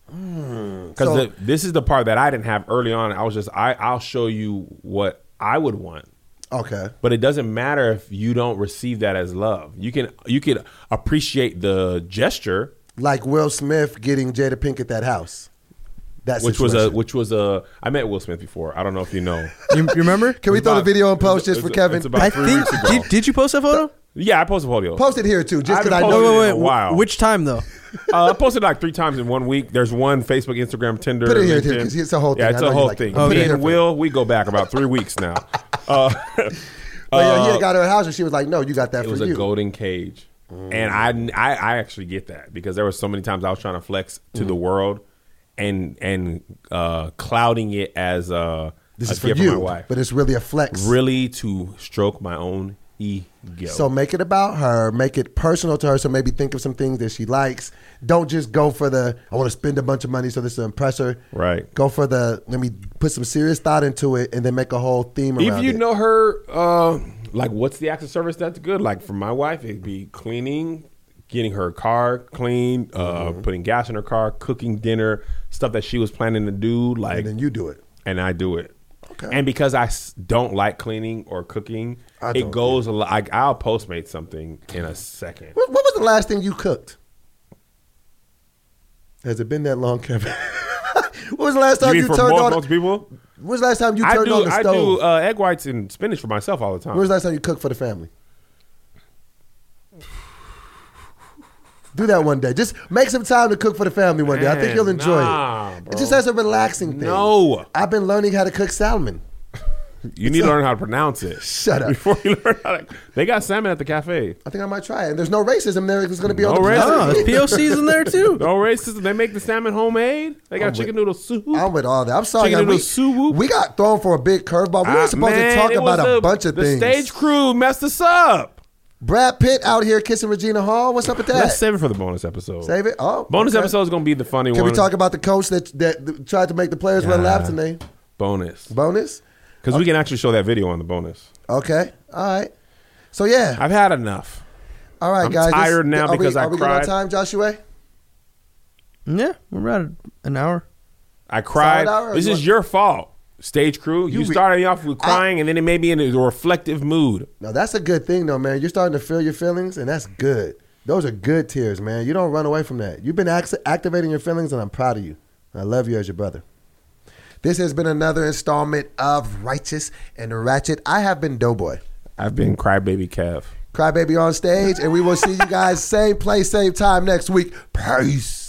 [SPEAKER 1] Because
[SPEAKER 3] Hmm. So-
[SPEAKER 1] this is the part that I didn't have early on. I was just, I, I'll show you what I would want.
[SPEAKER 3] okay.
[SPEAKER 1] but it doesn't matter if you don't receive that as love. You can you can appreciate the gesture,
[SPEAKER 3] Like Will Smith getting Jada Pinkett that house. That
[SPEAKER 1] which was a
[SPEAKER 3] situation.
[SPEAKER 1] which was a. I met Will Smith before. I don't know if you
[SPEAKER 3] <laughs>
[SPEAKER 1] know.
[SPEAKER 2] You, you remember?
[SPEAKER 3] Can we
[SPEAKER 1] It's
[SPEAKER 3] throw
[SPEAKER 1] about-
[SPEAKER 3] the video and post just
[SPEAKER 1] it's-
[SPEAKER 3] for
[SPEAKER 1] it's
[SPEAKER 3] Kevin?
[SPEAKER 1] about
[SPEAKER 2] I
[SPEAKER 1] three
[SPEAKER 2] think.
[SPEAKER 1] weeks ago.
[SPEAKER 2] Did, did you post that photo?
[SPEAKER 1] yeah, I posted a video.
[SPEAKER 3] post it here too, just
[SPEAKER 1] I've
[SPEAKER 3] because I
[SPEAKER 1] been
[SPEAKER 3] know.
[SPEAKER 1] posting
[SPEAKER 2] Wait, wait,
[SPEAKER 1] Oh,
[SPEAKER 2] wait.
[SPEAKER 1] wow.
[SPEAKER 2] Which time though?
[SPEAKER 1] uh, I posted like three times in one week. There's one Facebook, Instagram, Tinder.
[SPEAKER 3] Put it here,
[SPEAKER 1] LinkedIn.
[SPEAKER 3] here, 'cause it's a whole
[SPEAKER 1] Yeah,
[SPEAKER 3] thing.
[SPEAKER 1] it's
[SPEAKER 3] I
[SPEAKER 1] a
[SPEAKER 3] know you
[SPEAKER 1] whole
[SPEAKER 3] like it.
[SPEAKER 1] thing.
[SPEAKER 3] Put it
[SPEAKER 1] Me
[SPEAKER 3] here
[SPEAKER 1] and
[SPEAKER 3] for-
[SPEAKER 1] Will, we go back about three weeks
[SPEAKER 3] <laughs>
[SPEAKER 1] now. Uh,
[SPEAKER 3] Well, yeah, he got her house, and she was like, "No, you got that
[SPEAKER 1] it
[SPEAKER 3] for
[SPEAKER 1] was
[SPEAKER 3] you." Mm.
[SPEAKER 1] a golden cage and I, I i actually get that because there were so many times i was trying
[SPEAKER 3] Mm.
[SPEAKER 1] to flex to the world and and uh clouding it as uh
[SPEAKER 3] This
[SPEAKER 1] a
[SPEAKER 3] is for
[SPEAKER 1] gift
[SPEAKER 3] you,
[SPEAKER 1] my wife.
[SPEAKER 3] but it's really a flex.
[SPEAKER 1] really to stroke my own ego.
[SPEAKER 3] So make it about her. Make it personal to her. So maybe think of some things that she likes. Don't just go for the I want to spend a bunch of money so this will impress her.
[SPEAKER 1] Right.
[SPEAKER 3] Go for the let me put some serious thought into it and then make a whole theme around
[SPEAKER 1] if you
[SPEAKER 3] it.
[SPEAKER 1] know her, uh, like what's the acts of service that's good? Like for my wife, it'd be cleaning, getting her car clean, uh,
[SPEAKER 3] Mm-hmm.
[SPEAKER 1] putting gas in her car, cooking dinner, stuff that she was planning to do. Like
[SPEAKER 3] and then you do it.
[SPEAKER 1] and I do it.
[SPEAKER 3] Okay.
[SPEAKER 1] And because I s- don't like cleaning or cooking,
[SPEAKER 3] I
[SPEAKER 1] it
[SPEAKER 3] don't
[SPEAKER 1] goes a lot. Like I'll Postmate something in a second.
[SPEAKER 3] What, what was the last thing you cooked? Has it been that long, Kevin? <laughs> what was the last
[SPEAKER 1] You
[SPEAKER 3] time you,
[SPEAKER 1] mean for
[SPEAKER 3] turned
[SPEAKER 1] more,
[SPEAKER 3] on?
[SPEAKER 1] most people?
[SPEAKER 3] When was the last time you
[SPEAKER 1] I
[SPEAKER 3] turned on
[SPEAKER 1] do.
[SPEAKER 3] the
[SPEAKER 1] I
[SPEAKER 3] stove?
[SPEAKER 1] do uh, egg whites and spinach for myself all the time.
[SPEAKER 3] when was the last time you cooked for the family? Do that one day. Just make some time to cook for the family one day. I think
[SPEAKER 1] Man,
[SPEAKER 3] you'll enjoy
[SPEAKER 1] nah,
[SPEAKER 3] it.
[SPEAKER 1] bro.
[SPEAKER 3] It just has a relaxing thing.
[SPEAKER 1] No.
[SPEAKER 3] I've been learning how to cook salmon.
[SPEAKER 1] You need to learn how to pronounce it. <laughs>
[SPEAKER 3] Shut up.
[SPEAKER 1] Before you learn how to, they got salmon at the cafe.
[SPEAKER 3] I think I might try it. And there's no racism there. It's going to be
[SPEAKER 1] No
[SPEAKER 3] on the <laughs>
[SPEAKER 1] racism.
[SPEAKER 2] Oh, there's POCs in there too.
[SPEAKER 1] No racism. They make the salmon homemade. They got
[SPEAKER 3] I'm
[SPEAKER 1] chicken
[SPEAKER 3] with-
[SPEAKER 1] noodle soup.
[SPEAKER 3] I'm with all that. I'm sorry.
[SPEAKER 1] Chicken
[SPEAKER 3] y'all.
[SPEAKER 1] noodle soup
[SPEAKER 3] we,
[SPEAKER 1] whoop.
[SPEAKER 3] we got thrown for a big curveball. We
[SPEAKER 1] Ah,
[SPEAKER 3] were supposed
[SPEAKER 1] man,
[SPEAKER 3] to talk
[SPEAKER 1] it was
[SPEAKER 3] about a
[SPEAKER 1] the-
[SPEAKER 3] bunch of
[SPEAKER 1] the
[SPEAKER 3] things.
[SPEAKER 1] stage crew messed us up.
[SPEAKER 3] Brad Pitt out here kissing Regina Hall. What's up with that?
[SPEAKER 1] Let's save it for the bonus episode.
[SPEAKER 3] Save it. Oh,
[SPEAKER 1] Bonus
[SPEAKER 3] okay.
[SPEAKER 1] episode is gonna be the funny
[SPEAKER 3] Can
[SPEAKER 1] one.
[SPEAKER 3] we talk about the coach that that tried to make the players run
[SPEAKER 1] Yeah.
[SPEAKER 3] laps and they
[SPEAKER 1] bonus?
[SPEAKER 3] bonus?
[SPEAKER 1] Because we can actually show that video on the bonus.
[SPEAKER 3] Okay. All right. So yeah.
[SPEAKER 1] I've had enough.
[SPEAKER 3] All right,
[SPEAKER 1] I'm
[SPEAKER 3] guys.
[SPEAKER 1] tired now
[SPEAKER 3] are
[SPEAKER 1] because
[SPEAKER 3] we,
[SPEAKER 1] I
[SPEAKER 3] are we good on
[SPEAKER 1] cried.
[SPEAKER 3] time, Joshua?
[SPEAKER 2] <laughs> Yeah, we're at an hour.
[SPEAKER 1] I cried.
[SPEAKER 3] Solid hour or
[SPEAKER 1] This
[SPEAKER 3] you
[SPEAKER 1] is
[SPEAKER 3] want-
[SPEAKER 1] your fault, stage crew. You,
[SPEAKER 3] You re-
[SPEAKER 1] started me off with crying, and then it made me in a reflective mood.
[SPEAKER 3] No, that's a good thing though, man. You're starting to feel your feelings, and that's good. Those are good tears, man. You don't run away from that. You've been act- activating your feelings, and I'm proud of you. I love you as your brother. This has been another installment of Righteous and Ratchet. I have been Doughboy.
[SPEAKER 1] I've
[SPEAKER 3] Mm.
[SPEAKER 1] been crybaby Kev.
[SPEAKER 3] Crybaby on stage, and we will see you guys same place, same time next week. Peace.